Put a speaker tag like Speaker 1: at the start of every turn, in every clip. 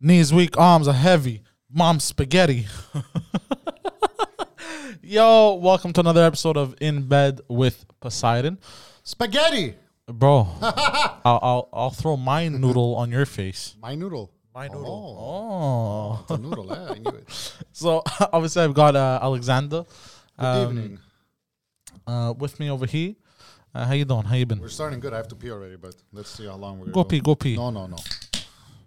Speaker 1: Knees weak, arms are heavy. Mom spaghetti. Yo, welcome to another episode of In Bed with Poseidon.
Speaker 2: Spaghetti.
Speaker 1: Bro, I'll, I'll I'll throw my noodle on your face.
Speaker 2: My noodle.
Speaker 1: My
Speaker 2: noodle.
Speaker 1: Oh.
Speaker 2: It's a noodle. Yeah, I knew it.
Speaker 1: So obviously I've got uh, Alexander
Speaker 2: Good
Speaker 1: um,
Speaker 2: evening.
Speaker 1: uh, with me over here. Uh, how you doing? How you
Speaker 2: We're
Speaker 1: been?
Speaker 2: starting good. I have to pee already, but let's see how long we're
Speaker 1: Go
Speaker 2: going.
Speaker 1: pee, go pee.
Speaker 2: No, no, no.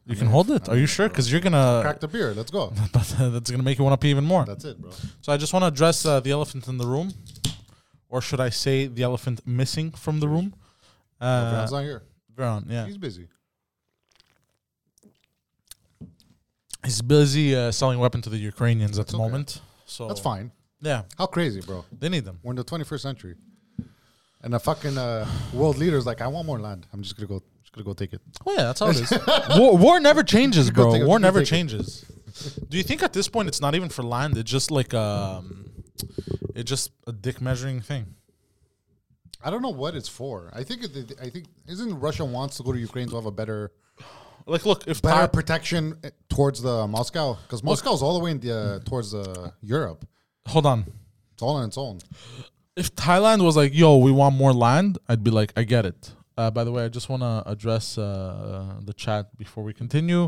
Speaker 1: you can hold it. Are you sure? Because you're gonna,
Speaker 2: Crack the beer. Let's go.
Speaker 1: but that's gonna make you want to pee even more.
Speaker 2: That's it, bro.
Speaker 1: So I just want to address uh, the elephant in the room, or should I say the elephant missing from the room? Uh,
Speaker 2: Fran's not here.
Speaker 1: Veron, yeah,
Speaker 2: He's busy.
Speaker 1: he's busy uh, selling weapons to the Ukrainians at the
Speaker 2: okay.
Speaker 1: moment. So
Speaker 2: That's fine.
Speaker 1: Yeah,
Speaker 2: How crazy, bro.
Speaker 1: they need them.
Speaker 2: We're in the 21st century. And the fucking uh, world leader's like, I want more land. I'm just gonna go just gonna go take it.
Speaker 1: Well, yeah, that's how it is. war, war never changes,
Speaker 2: Go
Speaker 1: bro.
Speaker 2: take it,
Speaker 1: War
Speaker 2: go
Speaker 1: never
Speaker 2: take it.
Speaker 1: changes. Do you think at this point it's not even for land? It's just like um, it's just a dick measuring thing.
Speaker 2: I don't know what it's for. I think it, I think isn't Russia wants to go to Ukraine to have a better
Speaker 1: Like, look, if
Speaker 2: better
Speaker 1: Ti-
Speaker 2: protection eh, towards the Moscow because Moscow's all the way in the uh, towards uh, Europe.
Speaker 1: hold on,
Speaker 2: It's all on its own.
Speaker 1: if Thailand was like, "Yo, we want more land," I'd be like, "I get it." Uh, by the way, I just want to address uh, the chat before we continue.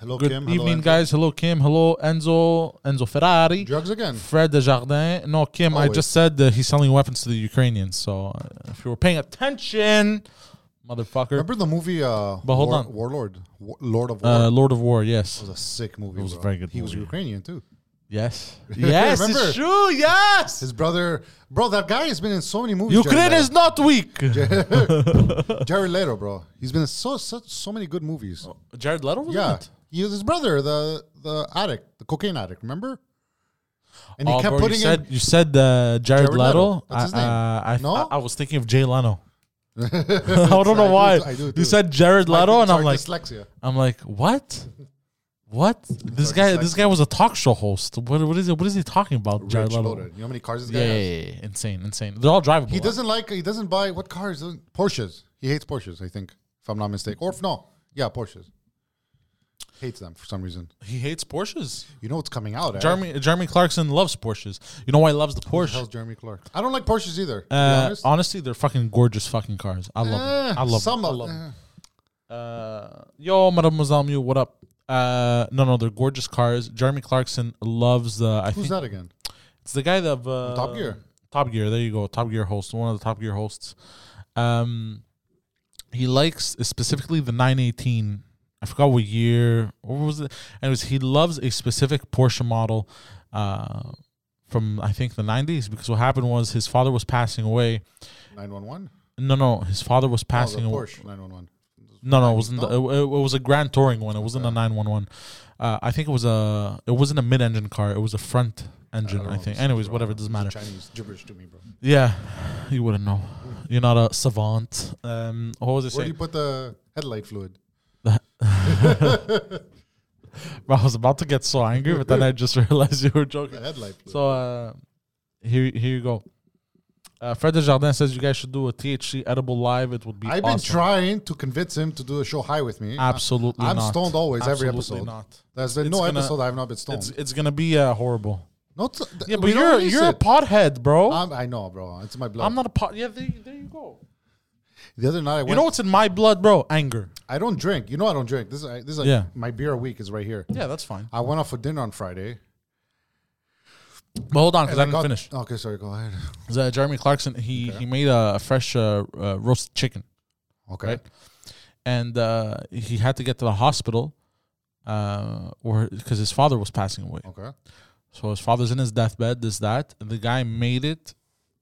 Speaker 2: Hello,
Speaker 1: Good
Speaker 2: Kim. Hello,
Speaker 1: evening,
Speaker 2: Enzo.
Speaker 1: guys. Hello, Kim. Hello, Enzo. Enzo Ferrari.
Speaker 2: Drugs again.
Speaker 1: Fred Desjardins. No, Kim. I
Speaker 2: Always.
Speaker 1: just said that he's selling weapons to the Ukrainians. So uh, if you were paying attention, motherfucker.
Speaker 2: Remember the movie? Uh,
Speaker 1: But hold
Speaker 2: War-
Speaker 1: on.
Speaker 2: Warlord, War- Lord of War.
Speaker 1: Uh,
Speaker 2: it
Speaker 1: Lord of War. Yes.
Speaker 2: was a sick movie. It
Speaker 1: was a very good
Speaker 2: He was
Speaker 1: movie.
Speaker 2: Ukrainian too.
Speaker 1: Yes. Yes.
Speaker 2: Remember?
Speaker 1: it's true. Yes.
Speaker 2: His brother, bro, that guy has been in so many movies.
Speaker 1: Ukraine is not weak.
Speaker 2: is Jared Leto, bro. He's been in so so, so many good movies.
Speaker 1: Jared Leto Oh, was in
Speaker 2: yeah,
Speaker 1: it.
Speaker 2: he was his brother, the the addict, the cocaine addict. Remember? And he
Speaker 1: Oh,
Speaker 2: kept
Speaker 1: bro,
Speaker 2: putting
Speaker 1: you
Speaker 2: in-
Speaker 1: said you said uh, Jared,
Speaker 2: Jared
Speaker 1: Leto.
Speaker 2: Leto. That's his
Speaker 1: I-
Speaker 2: name.
Speaker 1: uh, I,
Speaker 2: No?
Speaker 1: I, I was thinking of Jay Leno. I don't know
Speaker 2: do
Speaker 1: why.
Speaker 2: too, I do
Speaker 1: you
Speaker 2: too.
Speaker 1: said Jared
Speaker 2: My
Speaker 1: Leto,
Speaker 2: kids
Speaker 1: and
Speaker 2: are
Speaker 1: I'm like,
Speaker 2: dyslexia.
Speaker 1: I'm like, what? What? This guy, this guy was a talk show host. What, what is it? What is he talking about? Jared
Speaker 2: Rich
Speaker 1: Leto.
Speaker 2: loaded. You know how many cars this guy
Speaker 1: Yeah, yeah,
Speaker 2: has?
Speaker 1: yeah, yeah. insane, insane. They're all drivable.
Speaker 2: He doesn't like. He doesn't buy what cars? Doesn't- Porsches. He hates Porsches. I think, if I'm not mistaken, or if no, yeah, Porsches. Hates them for some reason.
Speaker 1: He hates Porsches.
Speaker 2: You know what's coming out? eh?
Speaker 1: Jeremy Jeremy Clarkson loves Porsches. You know why he loves the
Speaker 2: Who the
Speaker 1: Porsche?
Speaker 2: hell's Jeremy Clark? I don't like Porsches either. to be
Speaker 1: Uh,
Speaker 2: honest.
Speaker 1: honestly, they're fucking gorgeous fucking cars. I love
Speaker 2: Eh,
Speaker 1: them. I love
Speaker 2: some
Speaker 1: them. I
Speaker 2: of
Speaker 1: love 'em.
Speaker 2: them. Eh,
Speaker 1: Uh, yo, Mademoiselle Mew, what up? Uh, no, no, they're gorgeous cars. Jeremy Clarkson loves the. I
Speaker 2: Who's
Speaker 1: think
Speaker 2: that again?
Speaker 1: it's the guy that of, uh,
Speaker 2: Top Gear.
Speaker 1: Top Gear. There you go. Top Gear host. One of the Top Gear hosts. Um, he likes specifically the 918. I forgot what year. What was it? Anyways, he loves a specific Porsche model. Uh. From I think the 90s, because what happened was his father was passing away.
Speaker 2: Nine one one. Oh,
Speaker 1: No, no, his father was passing away.
Speaker 2: Porsche nine one one.
Speaker 1: No, no, it
Speaker 2: Nine-
Speaker 1: wasn't.
Speaker 2: no?
Speaker 1: The, it, it was a Grand Touring one. It wasn't a nine one one. I think it was a. It wasn't a mid-engine car. It was a front engine.
Speaker 2: Oh,
Speaker 1: I, think. Anyways, whatever. It doesn't matter.
Speaker 2: Chinese gibberish to me, bro.
Speaker 1: Yeah, you wouldn't know. You're not a savant. Um, what was I
Speaker 2: Where do you
Speaker 1: saying?
Speaker 2: put the headlight fluid?
Speaker 1: Bro, I was about to get so angry, but then I just realized you were joking.
Speaker 2: The headlight fluid.
Speaker 1: So uh, here, here you go. Uh, Fred Desjardins says you guys should do a THC edible live. It would be.
Speaker 2: I've been
Speaker 1: awesome.
Speaker 2: trying to convince him to do a show high with me.
Speaker 1: Absolutely.
Speaker 2: I'm
Speaker 1: not.
Speaker 2: stoned always, every
Speaker 1: Absolutely
Speaker 2: episode.
Speaker 1: Not.
Speaker 2: There's been
Speaker 1: It's
Speaker 2: no
Speaker 1: gonna-
Speaker 2: episode I've not been stoned.
Speaker 1: It's it's gonna be uh, horrible.
Speaker 2: Not so- th-
Speaker 1: Yeah, but
Speaker 2: we don't
Speaker 1: you're
Speaker 2: release
Speaker 1: you're a
Speaker 2: it.
Speaker 1: pothead, bro.
Speaker 2: I'm- I know, bro. It's in my blood.
Speaker 1: I'm not a pot. Yeah, there, there you go.
Speaker 2: the other night, I went,
Speaker 1: You know what's in my blood, bro? Anger.
Speaker 2: I don't drink. You know, I don't drink. This is I- this is like
Speaker 1: Yeah.
Speaker 2: my beer a week is right here.
Speaker 1: Yeah, that's fine.
Speaker 2: I went out for dinner on Friday.
Speaker 1: But hold on, because I didn't
Speaker 2: got-
Speaker 1: finish.
Speaker 2: Okay, sorry. Go ahead.
Speaker 1: 'Cause, uh, Jeremy Clarkson, he he made a, a fresh uh, uh, roasted chicken,
Speaker 2: Okay.
Speaker 1: right? And uh, he had to get to the hospital, uh, or because his father was passing away.
Speaker 2: Okay.
Speaker 1: So his father's in his deathbed. This that the guy made it.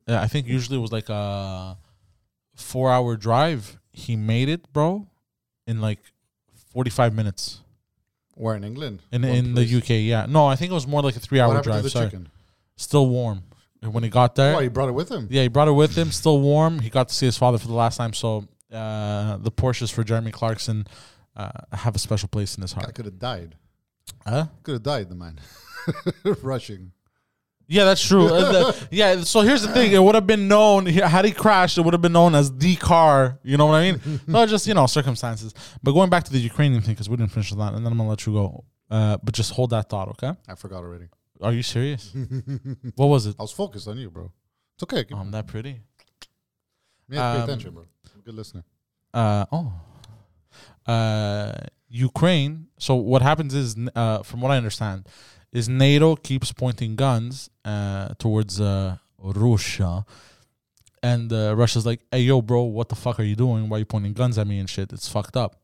Speaker 1: uh, I think usually it was like a four-hour drive. He made it, bro, in like forty-five minutes.
Speaker 2: We're in England.
Speaker 1: In
Speaker 2: What
Speaker 1: in
Speaker 2: place?
Speaker 1: the UK, yeah. No, I think it was more like a three
Speaker 2: What
Speaker 1: hour
Speaker 2: happened to
Speaker 1: drive.
Speaker 2: the
Speaker 1: Sorry.
Speaker 2: chicken?
Speaker 1: Still warm. And when he got there,
Speaker 2: Oh, he brought it with him.
Speaker 1: yeah, he brought it with him. Still warm. He got to see his father for the last time. So uh, the Porsches for Jeremy Clarkson uh, have a special place in his
Speaker 2: I
Speaker 1: heart.
Speaker 2: could have died.
Speaker 1: Huh?
Speaker 2: Could have died, the man. Rushing.
Speaker 1: Yeah, that's true. Uh, the- yeah. So here's the thing: it would have been known he- had he crashed. It would have been known as the car. You know what I mean? so just you know circumstances. But going back to the Ukrainian thing, because we didn't finish that, and then I'm gonna let you go. Uh, but just hold that thought, okay?
Speaker 2: I forgot already.
Speaker 1: Are you serious? what was it?
Speaker 2: I was focused on you, bro. It's okay. Give
Speaker 1: Oh, I'm that pretty.
Speaker 2: me pay
Speaker 1: um,
Speaker 2: attention, bro. I'm a good listener.
Speaker 1: Uh, oh. Uh, Ukraine. So what happens is, n- uh, from what I understand, is NATO keeps pointing guns uh, towards uh, Russia, and uh, Russia's like, "Hey, yo, bro, what the fuck are you doing? Why are you pointing guns at me and shit? It's fucked up."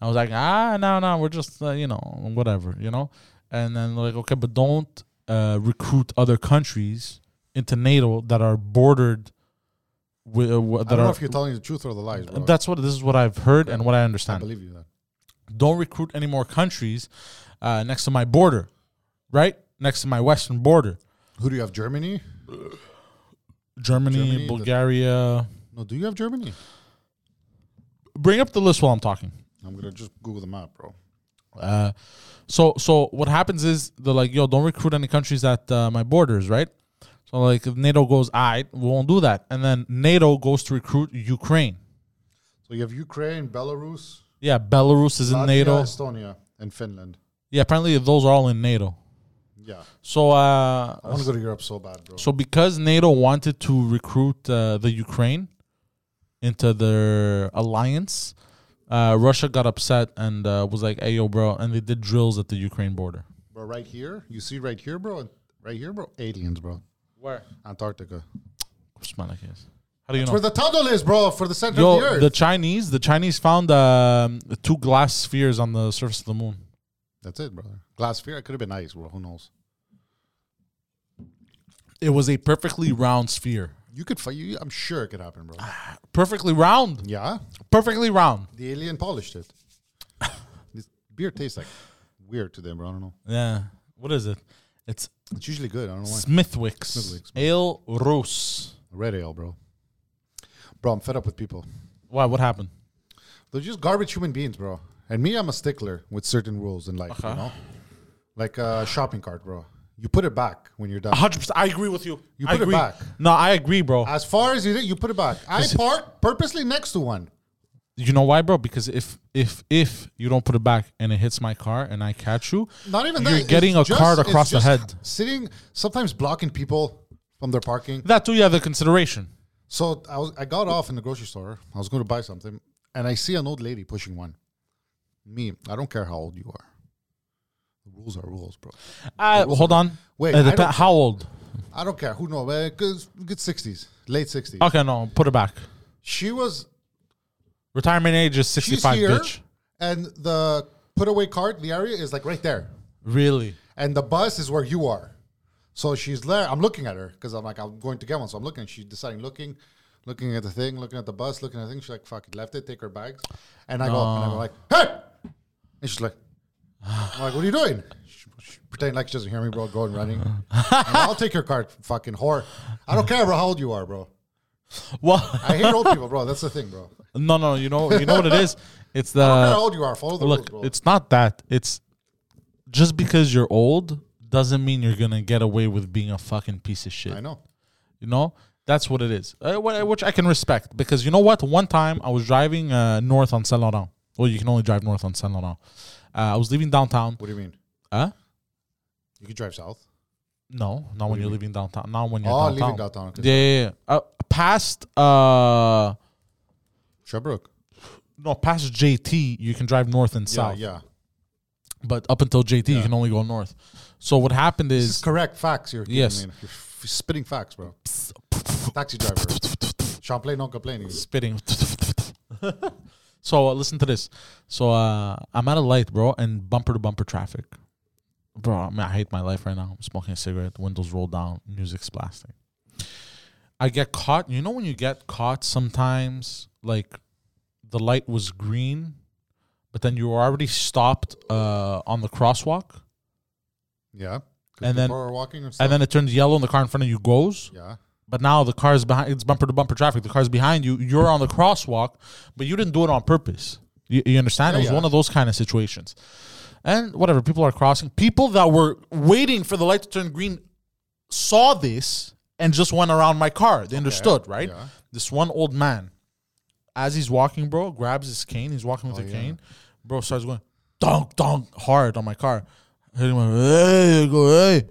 Speaker 1: I was like, "Ah, no, no, we're just uh, you know whatever, you know." And then like, okay, but don't uh, recruit other countries into NATO that are bordered with uh, wh- that
Speaker 2: I don't
Speaker 1: are
Speaker 2: know if you're telling the truth or the lies, bro.
Speaker 1: that's what this is what I've heard and what I
Speaker 2: I
Speaker 1: understand.
Speaker 2: believe you. Then.
Speaker 1: Don't recruit any more countries uh, next to my border, right? Next to my western border,
Speaker 2: Who do you have? Germany?
Speaker 1: Germany,
Speaker 2: Germany, the-
Speaker 1: Bulgaria.
Speaker 2: No, do you have Germany?
Speaker 1: Bring up the list while I'm talking.
Speaker 2: I'm gonna just Google the map, bro.
Speaker 1: Uh, so so what happens is they're like, yo, don't recruit any countries at uh, my borders, right? So like if NATO goes, I we won't do that, and then NATO goes to recruit Ukraine.
Speaker 2: So you have Ukraine, Belarus,
Speaker 1: Yeah, Belarus is in
Speaker 2: Latvia,
Speaker 1: NATO.
Speaker 2: Estonia, and Finland.
Speaker 1: Yeah, apparently those are all in NATO.
Speaker 2: Yeah,
Speaker 1: So uh,
Speaker 2: I want to go to Europe so bad, bro.
Speaker 1: So because NATO wanted to recruit uh, the Ukraine into their alliance, uh, Russia got upset and uh, was like, "Hey, yo, bro!" And they did drills at the Ukraine border.
Speaker 2: Bro, right here, you see right here, bro, and right here, bro, aliens, bro,
Speaker 1: Where?
Speaker 2: Antarctica.
Speaker 1: How do you
Speaker 2: It's where
Speaker 1: know?
Speaker 2: the tunnel is, bro, for the center of the
Speaker 1: Yo,
Speaker 2: earth.
Speaker 1: the Chinese, the Chinese found um, two glass spheres on the surface of the moon.
Speaker 2: That's it, brother. Glass sphere. It could have been ice, bro. Who knows?
Speaker 1: It was a perfectly round sphere.
Speaker 2: You could fight. You, I'm sure it could happen, bro.
Speaker 1: Ah. Perfectly round.
Speaker 2: yeah,
Speaker 1: Perfectly round.
Speaker 2: the alien polished it. this beer tastes like weird today, bro. I don't know.
Speaker 1: Yeah. What is it? It's
Speaker 2: It's usually good. I don't know why.
Speaker 1: Smithwick's,
Speaker 2: Smithwick's.
Speaker 1: Ale Rose.
Speaker 2: Red ale, bro. Bro, I'm fed up with people.
Speaker 1: Why? What happened?
Speaker 2: They're just garbage human beings, bro. And me, I'm a stickler with certain rules in life, you
Speaker 1: Uh-huh.
Speaker 2: know? Like a shopping cart, bro. You put it back when you're done.
Speaker 1: hundred percent. I agree with you.
Speaker 2: You
Speaker 1: I
Speaker 2: put it
Speaker 1: agree.
Speaker 2: back.
Speaker 1: No, I agree, bro.
Speaker 2: As far as you did, you put it back. I park purposely next to one.
Speaker 1: you know why, bro? Because if if if you don't put it back and it hits my car and I catch you,
Speaker 2: Not even
Speaker 1: you're
Speaker 2: that.
Speaker 1: getting a
Speaker 2: it's
Speaker 1: card
Speaker 2: just-
Speaker 1: across
Speaker 2: it's
Speaker 1: the
Speaker 2: just
Speaker 1: head.
Speaker 2: Sitting, sometimes blocking people from their parking.
Speaker 1: That too, you have the consideration.
Speaker 2: So I was I got off in the grocery store. I was going to buy something, and I see an old lady pushing one. Me, I don't care how old you are. Rules are rules, bro.
Speaker 1: Uh, hold on.
Speaker 2: Wait,
Speaker 1: Uh,
Speaker 2: I
Speaker 1: dep-
Speaker 2: don't-
Speaker 1: how old?
Speaker 2: I don't care who knows. uh, Good, good sixties, late sixties.
Speaker 1: Okay, no, put it back.
Speaker 2: She was
Speaker 1: Retirement age is
Speaker 2: she's
Speaker 1: sixty-five,
Speaker 2: here,
Speaker 1: bitch.
Speaker 2: and the put away cart, the area is like right there,
Speaker 1: Really?
Speaker 2: and the bus is where you are. So she's there. I'm looking at her because I'm like I'm going to get one. So I'm looking. She's deciding, looking, looking at the thing, looking at the bus, looking at the thing. She's like, "Fuck it, left it, take her bags." And I go up and I'm like, "Hey!" And she's like, "I'm like, what are you doing?" She, she pretending like she doesn't hear me, bro. Going running. I'm like, I'll take your cart, fucking whore. I don't care, bro. How old you are, bro.
Speaker 1: Well,
Speaker 2: I hate old people, bro. That's the thing, bro.
Speaker 1: no, no. You know, you know what it is. It's the
Speaker 2: I don't care how old you are. Follow the
Speaker 1: look.
Speaker 2: rules, bro.
Speaker 1: It's not that. It's just because you're old doesn't mean you're gonna get away with being a fucking piece of shit.
Speaker 2: I know.
Speaker 1: You know, that's what it is, uh, wh- which I can respect because you know what? One time I was driving uh, north on Saint Laurent. Well, you can only drive north on Saint Laurent. Uh, I was leaving downtown.
Speaker 2: What do you mean?
Speaker 1: Huh?
Speaker 2: You could drive south.
Speaker 1: No, not when you're leaving downtown. Not when you're
Speaker 2: Oh,
Speaker 1: downtown.
Speaker 2: leaving downtown. Okay.
Speaker 1: Yeah, yeah, yeah. Uh, past uh,
Speaker 2: Sherbrooke.
Speaker 1: no, past JT, you can drive north and
Speaker 2: Yeah,
Speaker 1: south.
Speaker 2: yeah.
Speaker 1: But up until JT, you can only go north. So what happened
Speaker 2: It's
Speaker 1: is
Speaker 2: correct facts. You're giving
Speaker 1: Yes.
Speaker 2: me. You're f- spitting facts, bro. Taxi driver. Champlain, not complaining.
Speaker 1: spitting. so uh, listen to this. So uh, I'm at a light, bro, and bumper to bumper traffic. Bro, I, mean, I hate my life right now. I'm smoking a cigarette, windows rolled down, music's blasting. I get caught. You know when you get caught sometimes, like the light was green, but then you were already stopped uh, on the crosswalk,
Speaker 2: Yeah. 'Cause
Speaker 1: And then-
Speaker 2: people are walking and stuff.
Speaker 1: and then it turns yellow, and the car in front of you goes.
Speaker 2: yeah.
Speaker 1: But now the car's behind. It's bumper to bumper traffic. The car's behind you. You're on the crosswalk, but you didn't do it on purpose. You, you understand? it
Speaker 2: Yeah,
Speaker 1: was
Speaker 2: yeah.
Speaker 1: one of those kind of situations. And whatever, people are crossing. People that were waiting for the light to turn green saw this and just went around my car. They understood, right?
Speaker 2: yeah.
Speaker 1: This one old man, as he's walking, bro, grabs his cane. He's walking with a cane. Bro starts going donk donk hard on my car. hitting my hey, I go hey.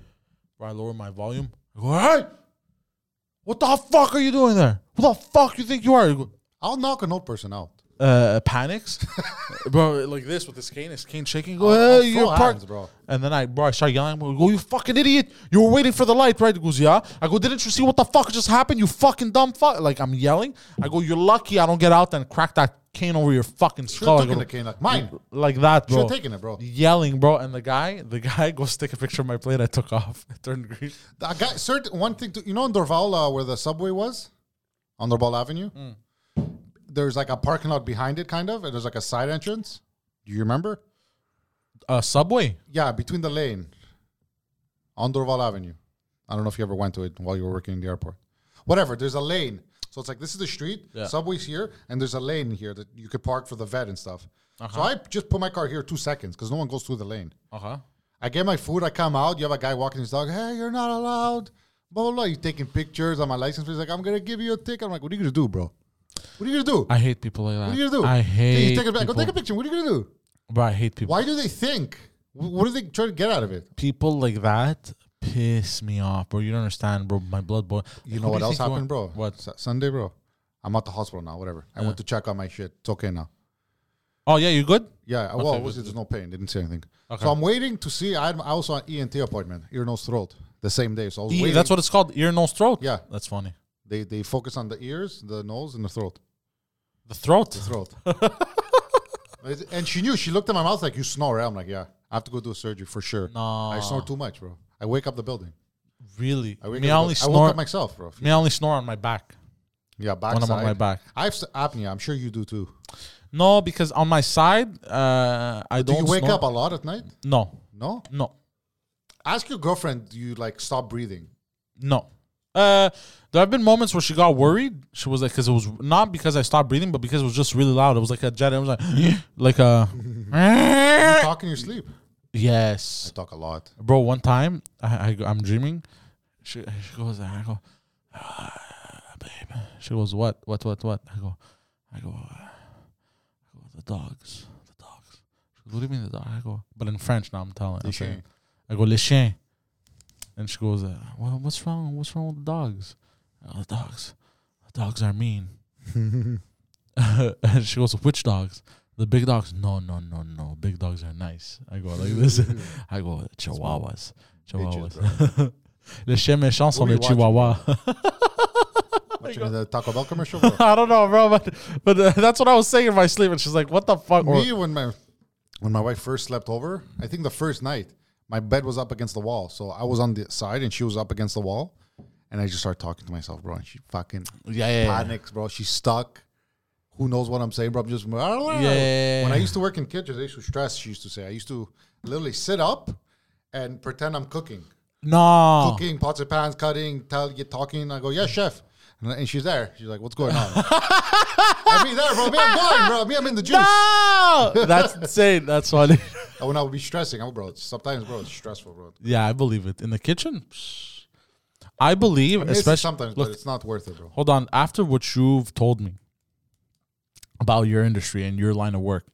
Speaker 1: Bro, I lower my volume. I go hey, what the fuck are you doing there? Who the fuck you think you are? I go,
Speaker 2: I'll knock an old person out.
Speaker 1: uh, panics, Oh, bro, like this with his cane, his cane shaking. Go,
Speaker 2: I'll
Speaker 1: hey,
Speaker 2: throw
Speaker 1: you're parked,
Speaker 2: hands, bro.
Speaker 1: And then I, bro, I start yelling. I go, you fucking idiot! You were waiting for the light, right? He goes, yeah. I go, didn't you see what the fuck just happened? You fucking dumb fuck! Like I'm yelling. I go, you're lucky I don't get out and crack that cane over your fucking
Speaker 2: Should
Speaker 1: skull.
Speaker 2: have
Speaker 1: I
Speaker 2: taken the
Speaker 1: go,
Speaker 2: cane like mine.
Speaker 1: like that,
Speaker 2: Should
Speaker 1: bro.
Speaker 2: have taken it, bro.
Speaker 1: Yelling, bro, and the guy, the guy goes take a picture of my plate. I took off. It turned green.
Speaker 2: I got certain one thing. To, you know, in Dorval, uh, where the subway was, on Dorval Avenue, there's like a parking lot behind it, kind of, and there's like a side entrance. Do you remember?
Speaker 1: Uh, subway.
Speaker 2: Yeah, between the lane, on Dorval Avenue. I don't know if you ever went to it while you were working in the airport. Whatever. There's a lane, so it's like this is the street.
Speaker 1: Yeah.
Speaker 2: Subway's here, and there's a lane here that you could park for the vet and stuff.
Speaker 1: Uh-huh.
Speaker 2: So I just put my car here two seconds because no one goes through the lane.
Speaker 1: Uh huh.
Speaker 2: I get my food. I come out. You have a guy walking his dog. Hey, you're not allowed. Blah blah. blah. He's taking pictures on my license. plate. He's like, I'm gonna give you a ticket. I'm like, what are you gonna do, bro? What are you gonna do?
Speaker 1: I hate people like that.
Speaker 2: what are you gonna do?
Speaker 1: I hate.
Speaker 2: You take it back. Go
Speaker 1: people.
Speaker 2: take a picture. What are you gonna do?
Speaker 1: Bro, I hate people.
Speaker 2: Why do they think? Wh- What do they try to get out of it?
Speaker 1: people like that piss me off, bro. You don't understand, bro. My blood boil.
Speaker 2: You know what else happened, bro?
Speaker 1: What?
Speaker 2: S- Sunday, bro. I'm at the hospital now. Whatever. I went to check on my shit. It's okay now.
Speaker 1: Oh yeah, you good?
Speaker 2: Yeah. Well,
Speaker 1: good,
Speaker 2: obviously there's no pain. They didn't say anything.
Speaker 1: Okay.
Speaker 2: So I'm waiting to see. I'm, I also had ENT appointment, ear, nose, throat, the same day. So I was
Speaker 1: E-
Speaker 2: waiting.
Speaker 1: that's what it's called, ear, nose, throat.
Speaker 2: Yeah.
Speaker 1: that's funny.
Speaker 2: they they focus on the ears, the nose, and the throat.
Speaker 1: The throat.
Speaker 2: throat. and she knew. She looked at my mouth like, "You snore." right?" I'm like, "Yeah, I have to go do a surgery for sure."
Speaker 1: No,
Speaker 2: I snore too much, bro. I wake up the building.
Speaker 1: really.
Speaker 2: I wake
Speaker 1: me
Speaker 2: up. the
Speaker 1: only
Speaker 2: building. I woke
Speaker 1: snore.
Speaker 2: up myself, bro.
Speaker 1: me only snore on my back
Speaker 2: Yeah, back.
Speaker 1: when I'm on my back.
Speaker 2: I have s- apnea. I'm sure you do too.
Speaker 1: No, because on my side, uh, I
Speaker 2: Do
Speaker 1: don't.
Speaker 2: you wake
Speaker 1: snore.
Speaker 2: up a lot at night?
Speaker 1: No,
Speaker 2: No.
Speaker 1: no,
Speaker 2: Ask your girlfriend. Do you like stop breathing?
Speaker 1: no. Uh, there have been moments where she got worried. She was like, because it was not because I stopped breathing, but because it was just really loud. It was like a jet. It was like, like a.
Speaker 2: Talk in your sleep.
Speaker 1: yes.
Speaker 2: I talk a lot.
Speaker 1: bro. One time, I, I go- I'm dreaming. She she goes, I go, ah, babe. She goes, what, what, what, what? I go, I go, uh, I go the dogs, the dogs. She goes, what do you mean the dog? I go, but in French now. I'm telling. I'm saying,
Speaker 2: Okay.
Speaker 1: I go, les chiens. And she goes, uh, well, what's wrong? What's wrong with the dogs? I go, the dogs, the dogs are mean. and she goes, which dogs? The big dogs? No, no, no, no. Big dogs are nice. I go like this. I go chihuahuas, chihuahuas. Les chiens méchants sont
Speaker 2: What are
Speaker 1: les
Speaker 2: you watching,
Speaker 1: chihuahuas.
Speaker 2: Watching the Taco Bell commercial. Bro.
Speaker 1: I don't know, bro, but but uh, that's what I was saying in my sleep, and she's like, "What the fuck?" Or,
Speaker 2: Me when my when my wife first slept over, I think the first night, my bed was up against the wall. So I was on the side and she was up against the wall. And I just started talking to myself, bro. And she fucking
Speaker 1: yeah, yeah, yeah.
Speaker 2: panics, bro. She's stuck. Who knows what I'm saying, bro? I'm just
Speaker 1: yeah, yeah.
Speaker 2: when I used to work in kitchens, I used to stress, she used to say. I used to literally sit up and pretend I'm cooking.
Speaker 1: no,
Speaker 2: Cooking, pots and pans, cutting, tell you talking. I go, yeah, chef. And, and she's there. She's like, what's going on? I mean, there, bro. Me, I'm gone, bro. Me, I'm in the juice.
Speaker 1: no, that's insane. That's funny.
Speaker 2: Oh, when I would be stressing, oh, bro, it's- sometimes, bro, it's stressful, bro.
Speaker 1: yeah, I believe it. In the kitchen, psh, I believe,
Speaker 2: It's
Speaker 1: especially
Speaker 2: sometimes,
Speaker 1: look,
Speaker 2: but it's not worth it, bro.
Speaker 1: hold on. After what you've told me about your industry and your line of work,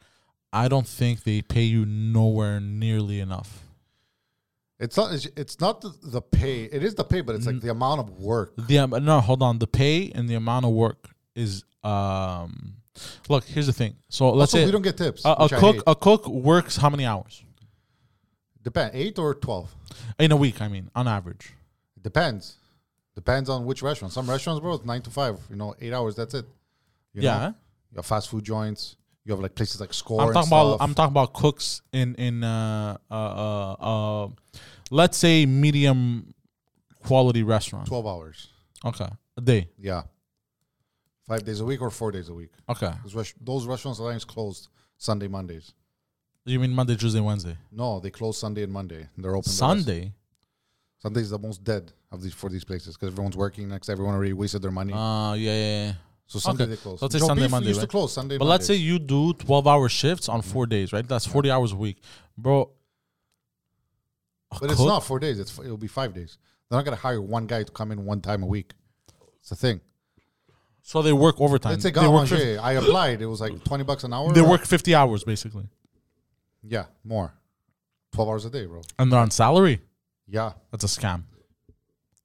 Speaker 1: I don't think they pay you nowhere nearly enough.
Speaker 2: It's not. It's, it's not the, the pay. It is the pay, but it's
Speaker 1: Mm.
Speaker 2: like the amount of work.
Speaker 1: The um, no, hold on. The pay and the amount of work is um. Look, here's the thing. So let's
Speaker 2: Also,
Speaker 1: say
Speaker 2: we don't get tips.
Speaker 1: Uh, a, a
Speaker 2: which I
Speaker 1: cook
Speaker 2: hate.
Speaker 1: a cook works how many hours
Speaker 2: depend eight or twelve
Speaker 1: in a week? I mean, on average.
Speaker 2: depends. Depends on which restaurant. Some restaurants, bro, it's nine to five. You know, eight hours. That's it. You
Speaker 1: yeah,
Speaker 2: Know? You have fast food joints. You have like places like Score.
Speaker 1: I'm
Speaker 2: and
Speaker 1: talking about
Speaker 2: stuff.
Speaker 1: I'm talking about cooks in in uh uh uh, uh let's say medium quality restaurant.
Speaker 2: twelve hours.
Speaker 1: Okay, a day.
Speaker 2: Yeah, five days a week or four days a week.
Speaker 1: Okay,
Speaker 2: Those, res- those restaurants are sometimes closed Sunday, Mondays.
Speaker 1: you mean Monday, Tuesday, Wednesday,
Speaker 2: No, they close Sunday and Monday. And they're open the rest.
Speaker 1: Sunday?
Speaker 2: Sunday's the most dead of these for these places because everyone's working next. Everyone already wasted their money.
Speaker 1: Uh yeah, yeah. yeah.
Speaker 2: so Sunday
Speaker 1: okay.
Speaker 2: they close.
Speaker 1: So let's say
Speaker 2: Joe
Speaker 1: Sunday,
Speaker 2: Beef
Speaker 1: Monday,
Speaker 2: used to
Speaker 1: right?
Speaker 2: close Sunday.
Speaker 1: But let's say you do 12 hour shifts on four
Speaker 2: Mm-hmm.
Speaker 1: days, right? That's 40 hours a week, bro. a
Speaker 2: but it's
Speaker 1: cook-
Speaker 2: not four days. It's it'll be five days. They're not gonna hire one guy to come in one time a week. It's the thing.
Speaker 1: So they work overtime.
Speaker 2: Let's say
Speaker 1: they work,
Speaker 2: Galange,
Speaker 1: fif-
Speaker 2: I applied. It was like twenty bucks an hour.
Speaker 1: they
Speaker 2: or-
Speaker 1: work 50 hours basically.
Speaker 2: Yeah, more. twelve hours a day, bro.
Speaker 1: and they're on salary.
Speaker 2: Yeah,
Speaker 1: That's a scam.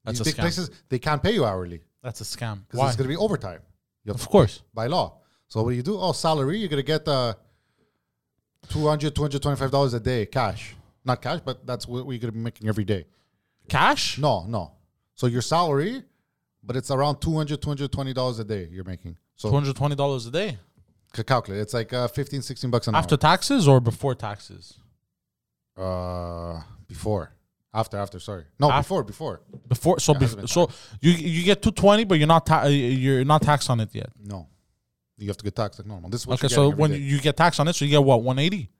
Speaker 1: That's
Speaker 2: these
Speaker 1: a
Speaker 2: big
Speaker 1: scam.
Speaker 2: places they can't pay you hourly
Speaker 1: That's a scam.
Speaker 2: because
Speaker 1: Why?
Speaker 2: it's gonna be overtime
Speaker 1: Of course.
Speaker 2: by law. So what do you do? Oh, salary, you're gonna get uh, 200 225 dollars a day cash, not cash, but that's what we're gonna be making every day.
Speaker 1: Cash?
Speaker 2: No, no. So your salary, but it's around 200 220 dollars a day you're making. So
Speaker 1: Two hundred twenty dollars a day
Speaker 2: c- calculate. It's like uh, 15, 16 bucks an
Speaker 1: after taxes or before taxes?
Speaker 2: hour. Uh, before, after, after. Sorry, no,
Speaker 1: Af-
Speaker 2: before, before.
Speaker 1: Before, so
Speaker 2: hasn't been
Speaker 1: bef- so you you get two twenty, but you're not ta- uh, you're not taxed on it yet.
Speaker 2: No, you have to get taxed like normal. This is what
Speaker 1: Okay,
Speaker 2: you're
Speaker 1: so
Speaker 2: getting every
Speaker 1: when
Speaker 2: day.
Speaker 1: you get taxed on it, so you get what one eighty.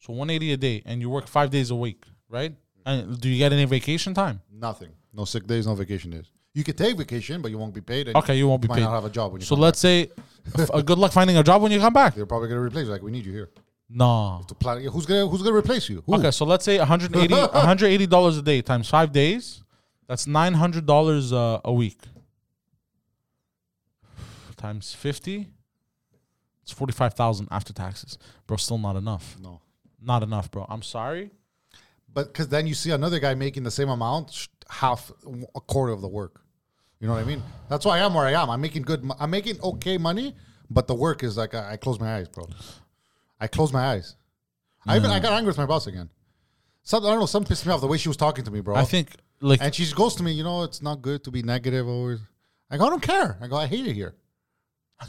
Speaker 1: So one eighty a day, and you work five days a week, right? And do you get any vacation time?
Speaker 2: nothing, no sick days, no vacation days. You can take vacation, but you won't be paid. and
Speaker 1: Okay, you won't be
Speaker 2: might
Speaker 1: paid.
Speaker 2: not have a job when you.
Speaker 1: So
Speaker 2: come
Speaker 1: let's say, f- uh, good luck finding a job when you come back.
Speaker 2: They're probably gonna replace you. Like we need you here
Speaker 1: No.
Speaker 2: to plan. Who's gonna Who's gonna replace you? Who?
Speaker 1: Okay, so let's say 180 180 dollars a day times five days. That's nine hundred dollars uh, a week. Times fifty, it's forty five thousand after taxes, bro. Still not enough.
Speaker 2: No,
Speaker 1: Not enough, bro. I'm sorry.
Speaker 2: but because then you see another guy making the same amount, sh- half a quarter of the work. You know what I mean? That's why I am where I am. I'm making good. mo- I'm making okay money, but the work is like I, I close my eyes, bro. I close my eyes. I even I
Speaker 1: Mm.
Speaker 2: got angry with my boss again. Some, I don't know. Some pissed me off the way she was talking to me, bro.
Speaker 1: I think like
Speaker 2: And she goes to me, you know, it's not good to be negative always. I go, I don't care. I go, I hate it here.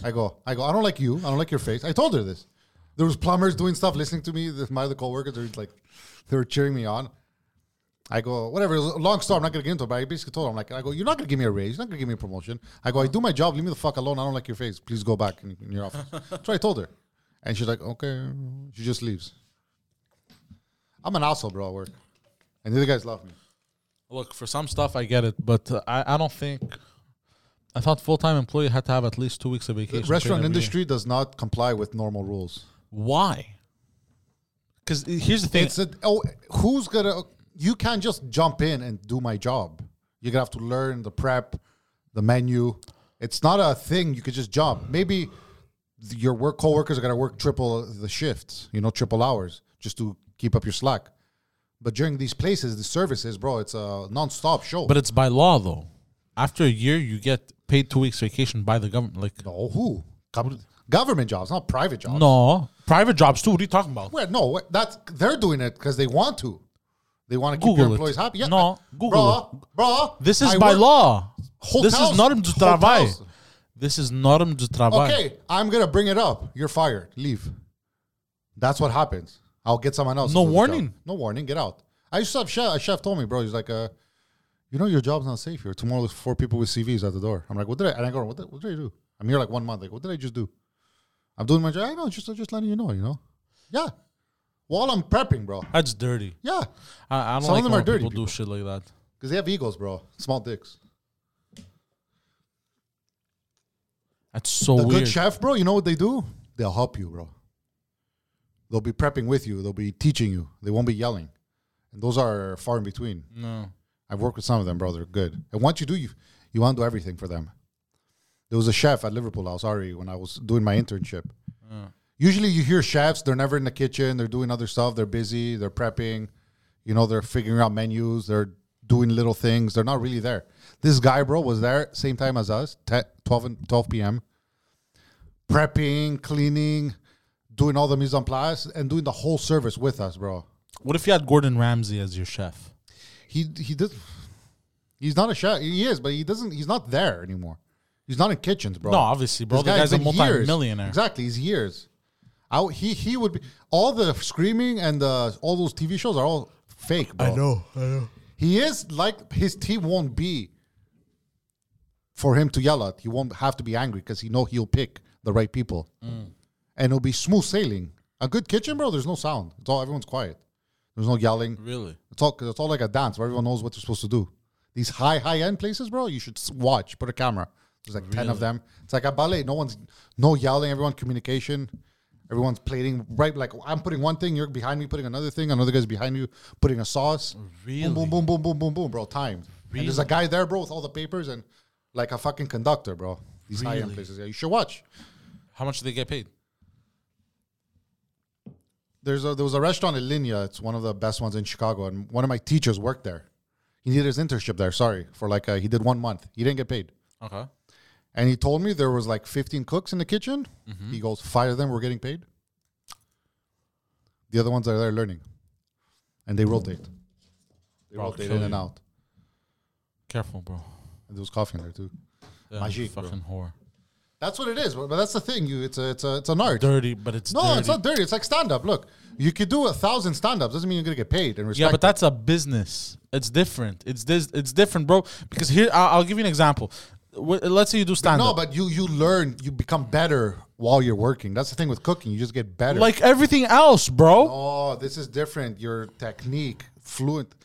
Speaker 2: I go, I go, I don't like you. I don't like your face. I told her this. There was plumbers doing stuff, listening to me. The- My other coworkers, they're like, they were cheering me on. I go, whatever. It was a long story. I'm not gonna get into it, but I basically told her, I'm like, I go, you're not gonna give me a raise. You're not gonna give me a promotion. I go, I do my job. Leave me the fuck alone. I don't like your face. Please go back in, in your office. so I told her, and she's like, okay. She just leaves. I'm an asshole, bro. At work, and the other guys love me.
Speaker 1: look for some stuff I get it, but uh, I I don't think. I thought full time employee had to have at least two weeks of vacation.
Speaker 2: The
Speaker 1: paid
Speaker 2: restaurant
Speaker 1: every year.
Speaker 2: industry does not comply with normal rules.
Speaker 1: Why? Because here's the thing.
Speaker 2: It's a, oh, who's gonna? You can't just jump in and do my job. You're gonna have to learn the prep, the menu. It's not a thing you could just jump. Maybe th- your work coworkers are gonna work triple the shifts, you know, triple hours just to keep up your slack. But during these places, the services, bro, it's a non-stop show.
Speaker 1: But it's by law though. After a year, you get paid two weeks vacation by the government. Like
Speaker 2: no, who? Gov- Government jobs, not private jobs.
Speaker 1: no, private jobs too. What are you talking about?
Speaker 2: Well, no, what- that's they're doing it because they want to. They want to keep
Speaker 1: Google
Speaker 2: your
Speaker 1: it.
Speaker 2: employees happy. Yeah,
Speaker 1: No,
Speaker 2: I-
Speaker 1: Google
Speaker 2: bro, bro.
Speaker 1: This is
Speaker 2: I
Speaker 1: by
Speaker 2: work-
Speaker 1: law. this is
Speaker 2: Hotels-
Speaker 1: norm de travail.
Speaker 2: hotels.
Speaker 1: This is norm de travail.
Speaker 2: Okay, I'm gonna bring it up. You're fired. Leave. That's what happens. I'll get someone else.
Speaker 1: No
Speaker 2: to do the
Speaker 1: warning.
Speaker 2: job. No warning. Get out. I used to have chef. A chef told me, bro. He's like, uh, you know, your job's not safe here. Tomorrow, there's four people with CVs at the door. I'm like, what did I? And I go, what did, what did I do? I'm here like one month. Like, what did I just do? I'm doing my job. I know. Just, just letting you know. You know. Yeah. While I'm prepping, bro.
Speaker 1: That's dirty.
Speaker 2: Yeah.
Speaker 1: I, I don't
Speaker 2: Some of
Speaker 1: like
Speaker 2: them
Speaker 1: when
Speaker 2: are dirty
Speaker 1: people, do shit like that.
Speaker 2: Because they have egos, bro. Small dicks.
Speaker 1: That's so
Speaker 2: The
Speaker 1: Oh, weird.
Speaker 2: good chef, bro, you know what they do? They'll help you, bro. They'll be prepping with you. They'll be teaching you. They won't be yelling. And those are far in between.
Speaker 1: no.
Speaker 2: I've worked with some of them, bro. They're good. And once you do, you, you want to do everything for them. There was a chef at Liverpool, I was sorry, when I was doing my internship. Usually you hear chefs, they're never in the kitchen. They're doing other stuff. They're busy. They're prepping. You know, they're figuring out menus. They're doing little things. They're not really there. This guy, bro, was there same time as us, 10, 12, and 12 p.m., prepping, cleaning, doing all the mise en place, and doing the whole service with us, bro.
Speaker 1: What if you had Gordon Ramsay as your chef?
Speaker 2: He he does. He's not a chef. He is, but he doesn't. He's not there anymore. He's not in kitchens, bro.
Speaker 1: No, obviously, bro.
Speaker 2: This
Speaker 1: The guy's a
Speaker 2: been years.
Speaker 1: multi-millionaire.
Speaker 2: Exactly, he's years. I w he he would be all the screaming and uh, all those TV shows are all fake, bro.
Speaker 1: know. I know.
Speaker 2: He is like his team won't be for him to yell at. He won't have to be angry because he know he'll pick the right people,
Speaker 1: Mm.
Speaker 2: and it'll be smooth sailing. A good kitchen, bro. There's no sound. It's all everyone's quiet. There's no yelling.
Speaker 1: Really?
Speaker 2: It's all 'cause it's all like a dance where everyone knows what you're supposed to do. These high high end places, bro, you should s- watch. Put a camera. There's like ten of them. It's like a ballet. No one's no yelling. Everyone communication. Everyone's plating right. Like I'm putting one thing, you're behind me putting another thing. Another guy's behind you putting a sauce.
Speaker 1: Really?
Speaker 2: Boom boom boom boom boom boom boom, bro. Time. And there's a guy there, bro, with all the papers and like a fucking conductor, bro. These high end
Speaker 1: Really?
Speaker 2: places. Yeah, you should watch.
Speaker 1: How much do they get paid?
Speaker 2: there's a, there was a restaurant in Linya. It's one of the best ones in Chicago, and one of my teachers worked there. He did his internship there. Sorry for like uh, he did one month. He didn't get paid,
Speaker 1: Okay.
Speaker 2: and he told me there was like 15 cooks in the kitchen.
Speaker 1: Mm-hmm.
Speaker 2: He goes, five of them were getting paid. The other ones are there learning, and they rotate. They
Speaker 1: Bro,
Speaker 2: rotate
Speaker 1: kill
Speaker 2: in and
Speaker 1: you.
Speaker 2: out.
Speaker 1: Careful, bro.
Speaker 2: And there was coffee in there too.
Speaker 1: Yeah,
Speaker 2: Magique, bro.
Speaker 1: fucking whore.
Speaker 2: That's what it is. But but that's the thing. You, it's a, it's a, it's an art.
Speaker 1: Dirty, but it's
Speaker 2: No,
Speaker 1: dirty.
Speaker 2: it's not dirty. It's like stand up. Look, you could do a thousand stand ups. Doesn't mean you're gonna get paid and
Speaker 1: Yeah,
Speaker 2: respect.
Speaker 1: but that's a business. It's different. It's this. It's different, bro. Because here, I'll, I'll give you an example. Wh- Let's say you do stand
Speaker 2: no,
Speaker 1: up.
Speaker 2: but you you learn. You become better while you're working. That's the thing with cooking. You just get better.
Speaker 1: like everything else, bro.
Speaker 2: oh, this is different. Your technique, fluent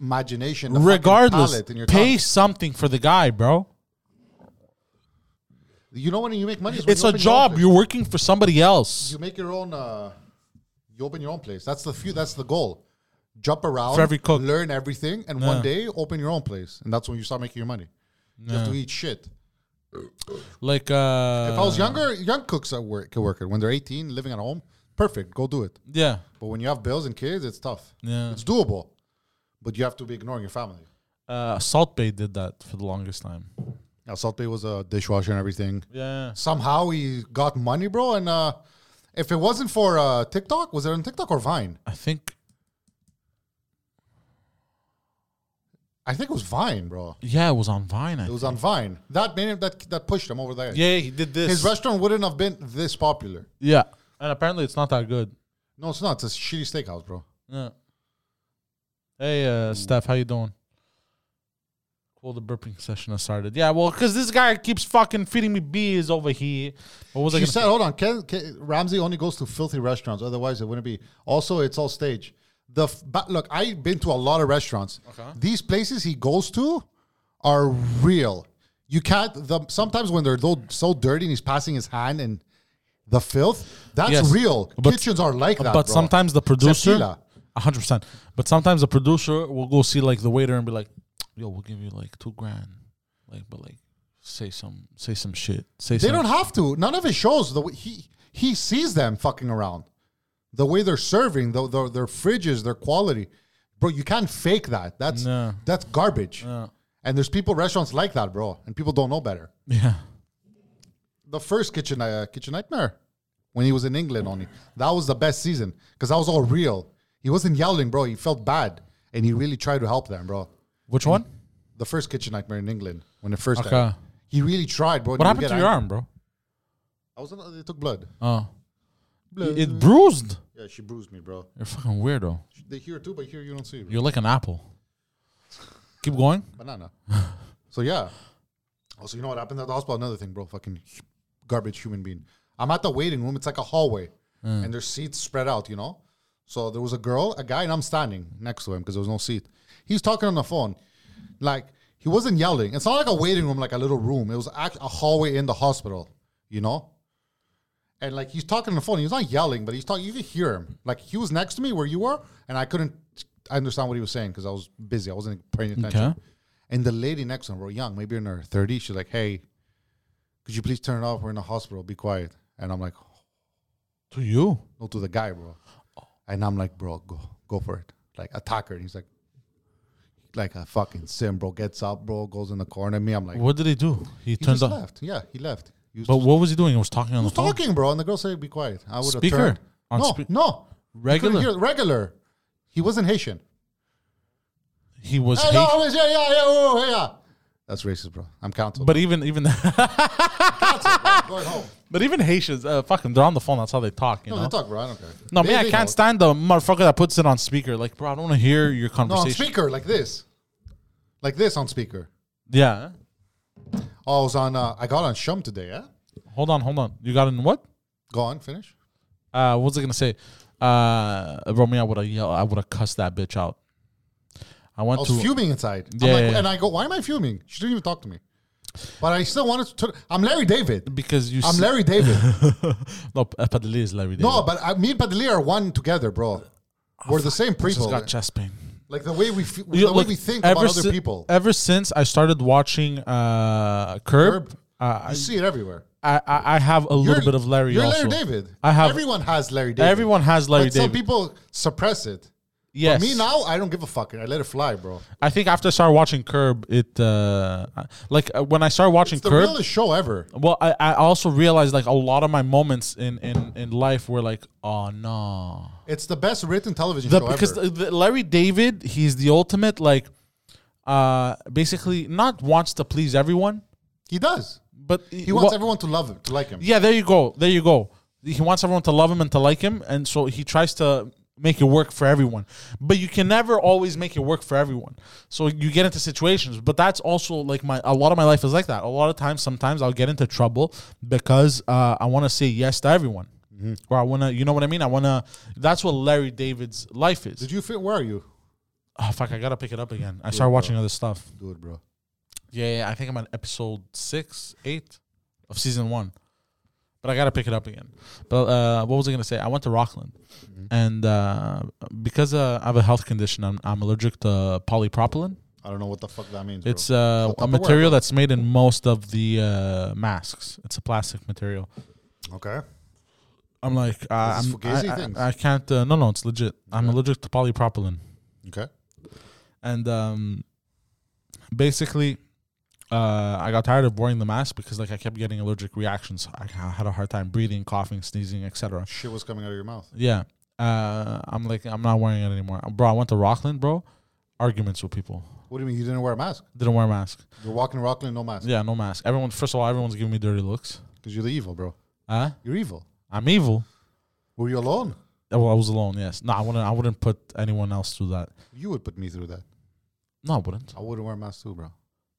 Speaker 2: imagination, the fucking
Speaker 1: Regardless,
Speaker 2: palate in your
Speaker 1: pay
Speaker 2: tongue.
Speaker 1: something for the guy, bro.
Speaker 2: You know when you make money. is when
Speaker 1: It's
Speaker 2: you
Speaker 1: a
Speaker 2: open your own
Speaker 1: job.
Speaker 2: place.
Speaker 1: You're working for somebody else.
Speaker 2: you make your own. Uh, you open your own place. That's the few. That's the goal. Jump around
Speaker 1: For every cook.
Speaker 2: learn everything, and one day open your own place, and that's when you start making your money. You have to eat shit.
Speaker 1: Like, uh,
Speaker 2: If I was younger, young cooks at work could work it when they're 18, living at home. Perfect, go do it.
Speaker 1: yeah,
Speaker 2: But when you have bills and kids, it's tough.
Speaker 1: yeah.
Speaker 2: It's doable, but you have to be ignoring your family.
Speaker 1: Uh, Salt Bay did that for the longest time.
Speaker 2: Now, Salt Bay was a dishwasher and everything.
Speaker 1: Yeah.
Speaker 2: Somehow he got money, bro. And uh, if it wasn't for uh, TikTok, was it on TikTok or Vine?
Speaker 1: I think.
Speaker 2: I think it was Vine, bro.
Speaker 1: Yeah, it was on Vine. I
Speaker 2: It was on Vine. That made him that that pushed him over there.
Speaker 1: think. yeah, he did this.
Speaker 2: His restaurant wouldn't have been this popular.
Speaker 1: yeah, and apparently it's not that good.
Speaker 2: No, it's not. It's a shitty steakhouse, bro.
Speaker 1: Yeah. Hey, uh, Steph, how you doing? Well, the burping session has started. Yeah, well, because this guy keeps fucking feeding me bees over here. What was I
Speaker 2: She
Speaker 1: gonna
Speaker 2: said, "Hold on, Ken, Ken, Ramsey only goes to filthy restaurants. Otherwise, it wouldn't be. Also, it's all stage. The f- but look, I've been to a lot of restaurants. These places he goes to are real. You can't. The, sometimes when they're tho- so dirty and he's passing his hand and the filth, that's
Speaker 1: Yes,
Speaker 2: real.
Speaker 1: but-
Speaker 2: Kitchens are like that.
Speaker 1: But
Speaker 2: bro.
Speaker 1: sometimes the producer,
Speaker 2: Tequila.
Speaker 1: hundred percent. But sometimes the producer will go see like the waiter and be like, "Yo, we'll give you like two grand, like, but like, say some, say some shit, say
Speaker 2: they
Speaker 1: some."
Speaker 2: don't have to. None of it shows the way he he sees them fucking around. The way they're serving, the, the, their fridges, their quality, bro. You can't fake that. That's
Speaker 1: No.
Speaker 2: that's garbage.
Speaker 1: Yeah.
Speaker 2: And there's people restaurants like that, bro, and people don't know better.
Speaker 1: yeah.
Speaker 2: The first kitchen uh, kitchen nightmare when he was in England only. That was the best season because that was all real. He wasn't yelling, bro. He felt bad and he really tried to help them, bro.
Speaker 1: Which one?
Speaker 2: The first kitchen nightmare in England when it first
Speaker 1: Okay.
Speaker 2: happened. He really tried, bro.
Speaker 1: What happened to your arm, bro?
Speaker 2: I was they took blood.
Speaker 1: Oh,
Speaker 2: Blood.
Speaker 1: it bruised.
Speaker 2: yeah, she bruised me, bro.
Speaker 1: You're a fucking weirdo.
Speaker 2: They hear too, but here you don't see, bro.
Speaker 1: You're like an apple. Keep going.
Speaker 2: banana. so yeah. Also, you know what happened at the hospital? Another thing, bro. Fucking hu- garbage human being. I'm at the waiting room. It's like a hallway, and there's seats spread out. You know. So there was a girl, a guy, and I'm standing next to him because there was no seat. He's talking on the phone, like he wasn't yelling. It's not like a waiting room, like a little room. It was act- a hallway in the hospital. You know. And like he's talking on the phone, he's not yelling, but he's talking. You could hear him. Like he was next to me where you were, and I couldn't understand what he was saying because I was busy. I wasn't paying attention.
Speaker 1: Okay.
Speaker 2: And the lady next to him, we're young, maybe in her 30s, she's like, hey, could you please turn it off? We're in the hospital. Be quiet. And I'm like,
Speaker 1: To you.
Speaker 2: no, to the guy, bro. And I'm like, bro, go, go for it. Like, attack her. And he's like, like a fucking sim, bro. Gets up, bro, goes in the corner. Me, I'm like,
Speaker 1: What did he do? He,
Speaker 2: he
Speaker 1: turned up.
Speaker 2: just left. Yeah, he left. He was,
Speaker 1: But what was he doing? He was talking on
Speaker 2: he
Speaker 1: the
Speaker 2: was
Speaker 1: phone.
Speaker 2: talking, bro. And the girl said, be quiet. I would have
Speaker 1: Speaker?
Speaker 2: turned.
Speaker 1: On
Speaker 2: no,
Speaker 1: spe-
Speaker 2: no. You couldn't
Speaker 1: Regular?
Speaker 2: hear- regular. He wasn't Haitian.
Speaker 1: He was.
Speaker 2: Hey, no,
Speaker 1: Haitian.
Speaker 2: I was- yeah, yeah, yeah, oh, yeah. That's racist, bro. I'm counseled.
Speaker 1: But even even
Speaker 2: Going home.
Speaker 1: but even Haitians, uh, fucking, they're on the phone. That's how they talk. You
Speaker 2: No,
Speaker 1: know.
Speaker 2: they talk, bro. I don't care.
Speaker 1: no,
Speaker 2: They-
Speaker 1: me, I
Speaker 2: they
Speaker 1: can't
Speaker 2: know.
Speaker 1: stand the motherfucker that puts it on speaker. Like, bro, I don't want to hear your
Speaker 2: No, on
Speaker 1: conversation.
Speaker 2: speaker, like this. Like this on speaker.
Speaker 1: yeah.
Speaker 2: Oh, I was on, uh, I got on Shum today, yeah?
Speaker 1: Hold on, hold on. You got in what?
Speaker 2: Go on, finish.
Speaker 1: Uh, what was I gonna say? Uh, Romeo, I would have yelled. I would have cussed that bitch out. I
Speaker 2: I
Speaker 1: went
Speaker 2: was
Speaker 1: to.
Speaker 2: fuming inside. I'm
Speaker 1: Yeah,
Speaker 2: like,
Speaker 1: yeah.
Speaker 2: And I go, why am I fuming? She didn't even talk to me. But I still wanted to, I'm Larry David.
Speaker 1: because you.
Speaker 2: I'm
Speaker 1: s-
Speaker 2: Larry David.
Speaker 1: no, eh, Padilla is Larry.
Speaker 2: no,
Speaker 1: David.
Speaker 2: but I, me and Padilla are one together, bro. We're the same people.
Speaker 1: just got chest pain.
Speaker 2: Like the way we, f- the
Speaker 1: You-
Speaker 2: way
Speaker 1: look,
Speaker 2: we think about
Speaker 1: ever
Speaker 2: other
Speaker 1: si-
Speaker 2: people.
Speaker 1: Ever since I started watching uh, Curb,
Speaker 2: Curb.
Speaker 1: I Uh,
Speaker 2: You see it everywhere.
Speaker 1: I, I I have a little
Speaker 2: You're-
Speaker 1: bit of Larry.
Speaker 2: You're
Speaker 1: also.
Speaker 2: Larry David.
Speaker 1: I have-
Speaker 2: everyone has Larry David.
Speaker 1: Everyone has Larry
Speaker 2: but
Speaker 1: David.
Speaker 2: some people suppress it.
Speaker 1: yes.
Speaker 2: Me now, I don't give a fuck. I let it fly, bro.
Speaker 1: I think after I started watching Curb, it uh, like uh, when I started watching
Speaker 2: It's the
Speaker 1: Curb,
Speaker 2: realest show ever.
Speaker 1: well, I, I also realized like a lot of my moments in in in life were like, oh no,
Speaker 2: It's the best written television
Speaker 1: the,
Speaker 2: show
Speaker 1: because
Speaker 2: ever.
Speaker 1: the, the Larry David, he's the ultimate like, uh, basically not wants to please everyone,
Speaker 2: he does.
Speaker 1: but
Speaker 2: He wants everyone to love him, to like him.
Speaker 1: Yeah, there you go. There you go. He wants everyone to love him and to like him, and so he tries to make it work for everyone. But you can never always make it work for everyone. So you get into situations. But that's also like my a lot of my life is like that. A lot of times, sometimes I'll get into trouble because uh, I want to say yes to everyone,
Speaker 2: Mm-hmm.
Speaker 1: or I want to. You know what I mean? I want to. That's what Larry David's life is.
Speaker 2: Did you fit? Where are you?
Speaker 1: oh fuck! I gotta pick it up again. I started watching other stuff.
Speaker 2: Do it, bro.
Speaker 1: Yeah, yeah, I think I'm on episode six, eight of season one. But I gotta pick it up again. But uh, what was I gonna say? I went to Rockland,
Speaker 2: Mm-hmm.
Speaker 1: and uh, because uh, I have a health condition, I'm, I'm allergic to polypropylene.
Speaker 2: I don't know what the fuck that means.
Speaker 1: It's
Speaker 2: bro.
Speaker 1: uh,
Speaker 2: It's
Speaker 1: a
Speaker 2: not Tupperware,
Speaker 1: material that's made in most of the uh, masks. It's a plastic material.
Speaker 2: okay.
Speaker 1: I'm like, uh,
Speaker 2: Is
Speaker 1: I'm,
Speaker 2: this fugazi
Speaker 1: I,
Speaker 2: things?
Speaker 1: I, I can't. Uh, no, no, it's legit. I'm allergic to polypropylene.
Speaker 2: Okay.
Speaker 1: and um, basically, uh, I got tired of wearing the mask because like I kept getting allergic reactions. I ha- had a hard time breathing, coughing, sneezing, etc.
Speaker 2: Shit was coming out of your mouth.
Speaker 1: Yeah, uh, I'm like I'm not wearing it anymore, bro. I went to Rockland, bro. Arguments with people.
Speaker 2: What do you mean you didn't wear a mask?
Speaker 1: Didn't wear a mask.
Speaker 2: You're walking in Rockland, no mask.
Speaker 1: Yeah, no mask. Everyone, first of all, everyone's giving me dirty looks.
Speaker 2: Because you're the evil, bro.
Speaker 1: Huh?
Speaker 2: You're evil.
Speaker 1: I'm evil.
Speaker 2: Were you alone?
Speaker 1: Uh, Well, I was alone. Yes. No, I wouldn't. I wouldn't put anyone else through that.
Speaker 2: You would put me through that.
Speaker 1: No, I wouldn't.
Speaker 2: I wouldn't wear a mask too, bro.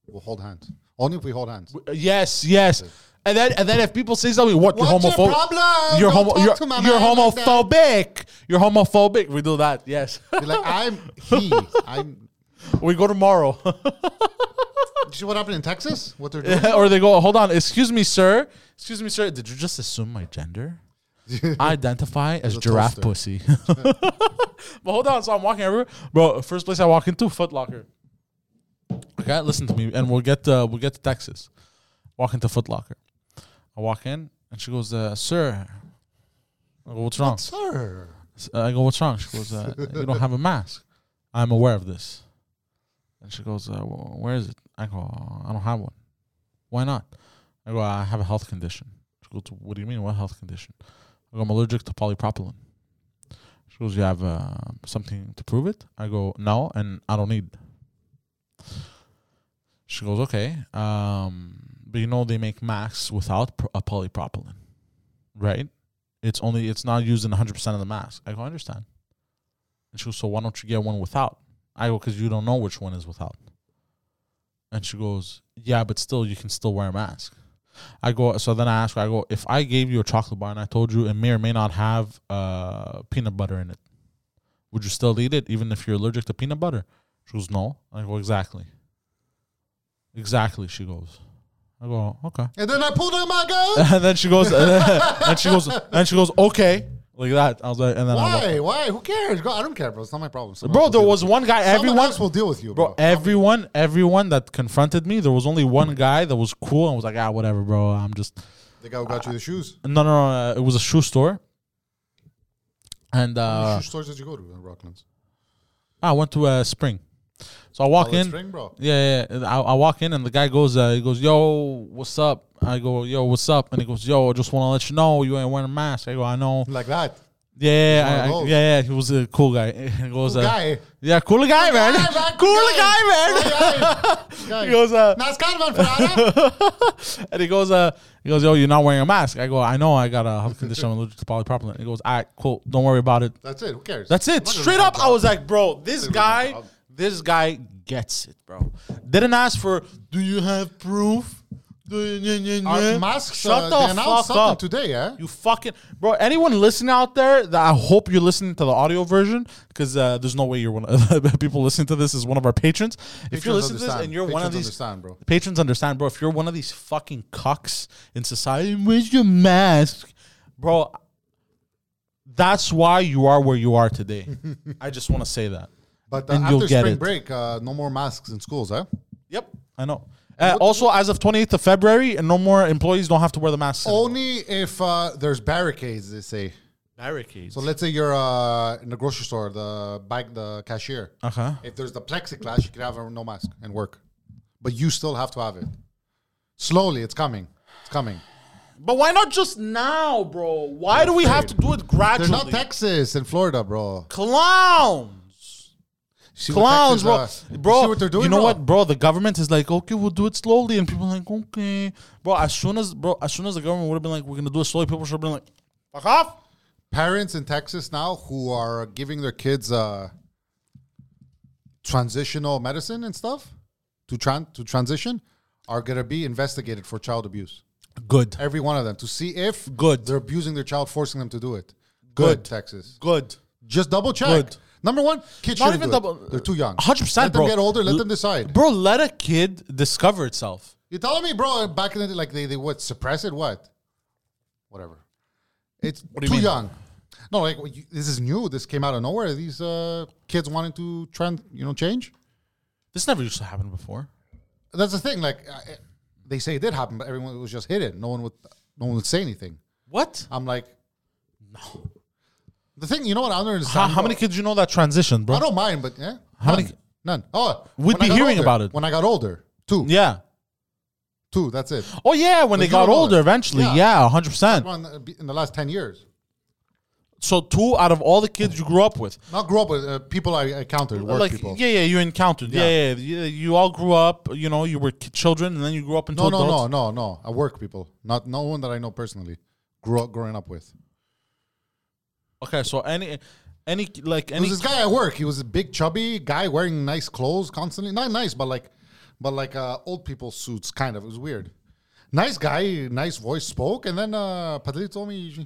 Speaker 2: We'll hold hands. Only if we hold hands.
Speaker 1: Yes, yes. And then, and then, if people say something, what you're
Speaker 2: What's your
Speaker 1: homophobic?
Speaker 2: problem?
Speaker 1: you're
Speaker 2: Don't
Speaker 1: homo-
Speaker 2: talk
Speaker 1: you're,
Speaker 2: to my
Speaker 1: you're
Speaker 2: man like that.
Speaker 1: homophobic. you're homophobic. We do that. Yes.
Speaker 2: Be like, I'm he. I'm.
Speaker 1: we go tomorrow,
Speaker 2: Did you see what happened in Texas? What they're doing?
Speaker 1: or they go. Hold on. Excuse me, sir. Excuse me, sir. Did you just assume my gender? I identify as
Speaker 2: a
Speaker 1: giraffe
Speaker 2: toaster.
Speaker 1: pussy. but hold on. So I'm walking everywhere, bro. First place I walk into, Foot Locker. Okay, listen to me, and we'll get uh, we'll get to Texas. Walk into Foot Locker. I walk in, and she goes, uh, "Sir." I go, what's wrong?
Speaker 2: Sir.
Speaker 1: S- I go, what's wrong? She goes, uh, you don't have a mask. I'm aware of this. And she goes, uh, wh- where is it? I go, I don't have one. Why not? I go, I have a health condition. She goes, what do you mean? What health condition? I go, I'm allergic to polypropylene. She goes, you have uh, something to prove it? I go, no, and I don't need. She goes, okay, um, but you know they make masks without pr- a polypropylene, right? It's only it's not used in 100 percent of the masks. I go, I understand. And she goes, so why don't you get one without? I go, because you don't know which one is without. And she goes, yeah, but still you can still wear a mask. I go, so then I ask her, I go, if I gave you a chocolate bar and I told you it may or may not have uh, peanut butter in it, would you still eat it even if you're allergic to peanut butter? She goes, no. I go, exactly. Exactly, she goes. I go, okay
Speaker 2: And then I pulled out my gun.
Speaker 1: and then she goes, and she goes, and she goes, okay, like that. I was like, and then I walked.
Speaker 2: Why? Why? Who cares? Go, I don't care, bro. It's not my problem. Someone
Speaker 1: bro,
Speaker 2: else will
Speaker 1: there
Speaker 2: deal
Speaker 1: was one guy.
Speaker 2: with- someone
Speaker 1: Everyone,
Speaker 2: else will deal with you, bro.
Speaker 1: bro, everyone, everyone that confronted me. There was only one guy that was cool and was like, ah, whatever, bro. I'm just
Speaker 2: the guy who got you the shoes.
Speaker 1: no, no, no. Uh, it was a shoe store, and
Speaker 2: Which
Speaker 1: uh,
Speaker 2: shoe stores did you go to in Rocklands?
Speaker 1: I went to uh, Spring. So I walk
Speaker 2: Olive
Speaker 1: in.
Speaker 2: Oh, Spring, bro.
Speaker 1: Yeah, yeah. yeah. I, I walk in and the guy goes, uh, he goes, "Yo, what's up?" I go, "Yo, what's up?" And he goes, "Yo, I just want to let you know you ain't wearing a mask." I go, "I know."
Speaker 2: Like that.
Speaker 1: Yeah,
Speaker 2: one of
Speaker 1: I- I-
Speaker 2: those.
Speaker 1: yeah, yeah. He was a cool guy. He goes,
Speaker 2: Cool
Speaker 1: uh,
Speaker 2: guy.
Speaker 1: Yeah, cool guy, man.
Speaker 2: Guy, man.
Speaker 1: cool guy, man.
Speaker 2: Guy. Guy.
Speaker 1: He goes, uh,
Speaker 2: Nas Carvan, Ferrara.
Speaker 1: and he goes, uh, he goes, yo, you're not wearing a mask. I go, I know, I got a health condition. I'm allergic to polypropylene. He goes, all right, cool, don't worry about it.
Speaker 2: That's it. Who cares?
Speaker 1: That's
Speaker 2: I'm
Speaker 1: it.
Speaker 2: not gonna
Speaker 1: Straight
Speaker 2: do my
Speaker 1: up, I
Speaker 2: job.
Speaker 1: was like, bro, this
Speaker 2: Not gonna do my
Speaker 1: guy,
Speaker 2: job.
Speaker 1: this guy gets it, bro. Didn't ask for, do you have proof? Do you,
Speaker 2: Our masks.
Speaker 1: Shut
Speaker 2: uh, they
Speaker 1: the fuck
Speaker 2: announced something
Speaker 1: up.
Speaker 2: today, yeah.
Speaker 1: You fucking bro. Anyone listening out there? That I hope you're listening to the audio version because uh, there's no way you're one of people listening to this is one of our patrons. if you're
Speaker 2: Patrons
Speaker 1: listening to this
Speaker 2: understand.
Speaker 1: and you're one of
Speaker 2: Patrons
Speaker 1: these
Speaker 2: understand, bro.
Speaker 1: patrons, understand, bro. If you're one of these fucking cucks in society, where's your mask, bro? That's why you are where you are today. I just want to say that.
Speaker 2: But uh,
Speaker 1: And you'll
Speaker 2: after
Speaker 1: get
Speaker 2: spring
Speaker 1: it.
Speaker 2: break, uh, no more masks in schools, huh?
Speaker 1: Yep, I know. Uh, also, as of 28th of February, and no more employees don't have to wear the mask. anymore.
Speaker 2: Only if uh, there's barricades, they say.
Speaker 3: Barricades.
Speaker 2: So let's say you're uh, in the grocery store, the bag, the cashier.
Speaker 3: Uh.
Speaker 1: Okay.
Speaker 2: If there's the plexiglass, you can have a, no mask and work, but you still have to have it. Slowly, it's coming. It's coming.
Speaker 3: But why not just now, bro? Why do we have to do it gradually?
Speaker 2: There's not Texas and Florida, bro.
Speaker 3: Clowns.
Speaker 2: See what
Speaker 3: Clowns, bro.
Speaker 2: Texas, uh,
Speaker 3: bro,
Speaker 2: see what they're doing.
Speaker 1: you know
Speaker 2: bro?
Speaker 1: what, bro? The government is like, okay, we'll do it slowly, and people are like, okay, bro. As soon as, bro, as soon as the government would have been like, we're gonna do it slowly, people should have been like,
Speaker 3: Fuck off.
Speaker 2: Parents in Texas now who are giving their kids uh, transitional medicine and stuff to tran- to transition are gonna be investigated for child abuse.
Speaker 1: good,
Speaker 2: Every one of them to see if
Speaker 1: Good.
Speaker 2: they're abusing their child, forcing them to do it.
Speaker 1: Good.
Speaker 2: Good, Texas.
Speaker 1: good,
Speaker 2: Just double check.
Speaker 1: Good.
Speaker 2: Number one, kids
Speaker 1: Not
Speaker 2: shouldn't
Speaker 1: even
Speaker 2: do it.
Speaker 1: double-
Speaker 2: They're too young.
Speaker 1: 100%,
Speaker 2: Let them
Speaker 1: bro.
Speaker 2: get older. Let
Speaker 1: L-
Speaker 2: them decide.
Speaker 1: bro. Let a kid discover itself.
Speaker 2: You're telling me, bro? Back in the day, like they, they what suppress it? What? Whatever. It's
Speaker 1: do you
Speaker 2: too
Speaker 1: mean?
Speaker 2: young. No, like what you, this is new. This came out of nowhere. These uh, kids wanting to trend, you know, change.
Speaker 1: This never used to happen before.
Speaker 2: That's the thing. Like uh, it- they say it did happen, but everyone was just hidden. No one would, no one would say anything.
Speaker 1: What?
Speaker 2: I'm like, no. The thing, you know what? I don't
Speaker 1: How,
Speaker 2: understand.
Speaker 1: how many
Speaker 2: bro.
Speaker 1: kids you know that transition, bro?
Speaker 2: I don't mind, but yeah.
Speaker 1: How
Speaker 2: none,
Speaker 1: many ki-
Speaker 2: None. Oh,
Speaker 1: We'd
Speaker 2: when I
Speaker 1: be
Speaker 2: got
Speaker 1: hearing
Speaker 2: older.
Speaker 1: about it.
Speaker 2: when I got older. Two.
Speaker 1: Yeah.
Speaker 2: Two. That's it.
Speaker 1: Oh yeah, when they
Speaker 2: you
Speaker 1: got
Speaker 2: don't know
Speaker 1: older,
Speaker 2: it.
Speaker 1: eventually,
Speaker 2: Yeah.
Speaker 1: yeah, hundred percent.
Speaker 2: One uh, in the last ten years.
Speaker 1: So two out of all the kids you grew up with,
Speaker 2: Not grow up, but uh, people I encountered, work
Speaker 1: like
Speaker 2: people.
Speaker 1: yeah, yeah, you encountered, yeah. Yeah, yeah, you all grew up, you know, you were ki- children, and then you grew up into
Speaker 2: No, no,
Speaker 1: adults.
Speaker 2: no, no, no. I work people. Not no one that I know personally. Grow up, growing up with.
Speaker 1: Okay, so any, any like
Speaker 2: There
Speaker 1: any
Speaker 2: was this guy at work. He was a big chubby guy wearing nice clothes constantly. Not nice, but like, but like uh, old people suits kind of. It was weird. Nice guy, nice voice, spoke, and then uh, Padre told me he's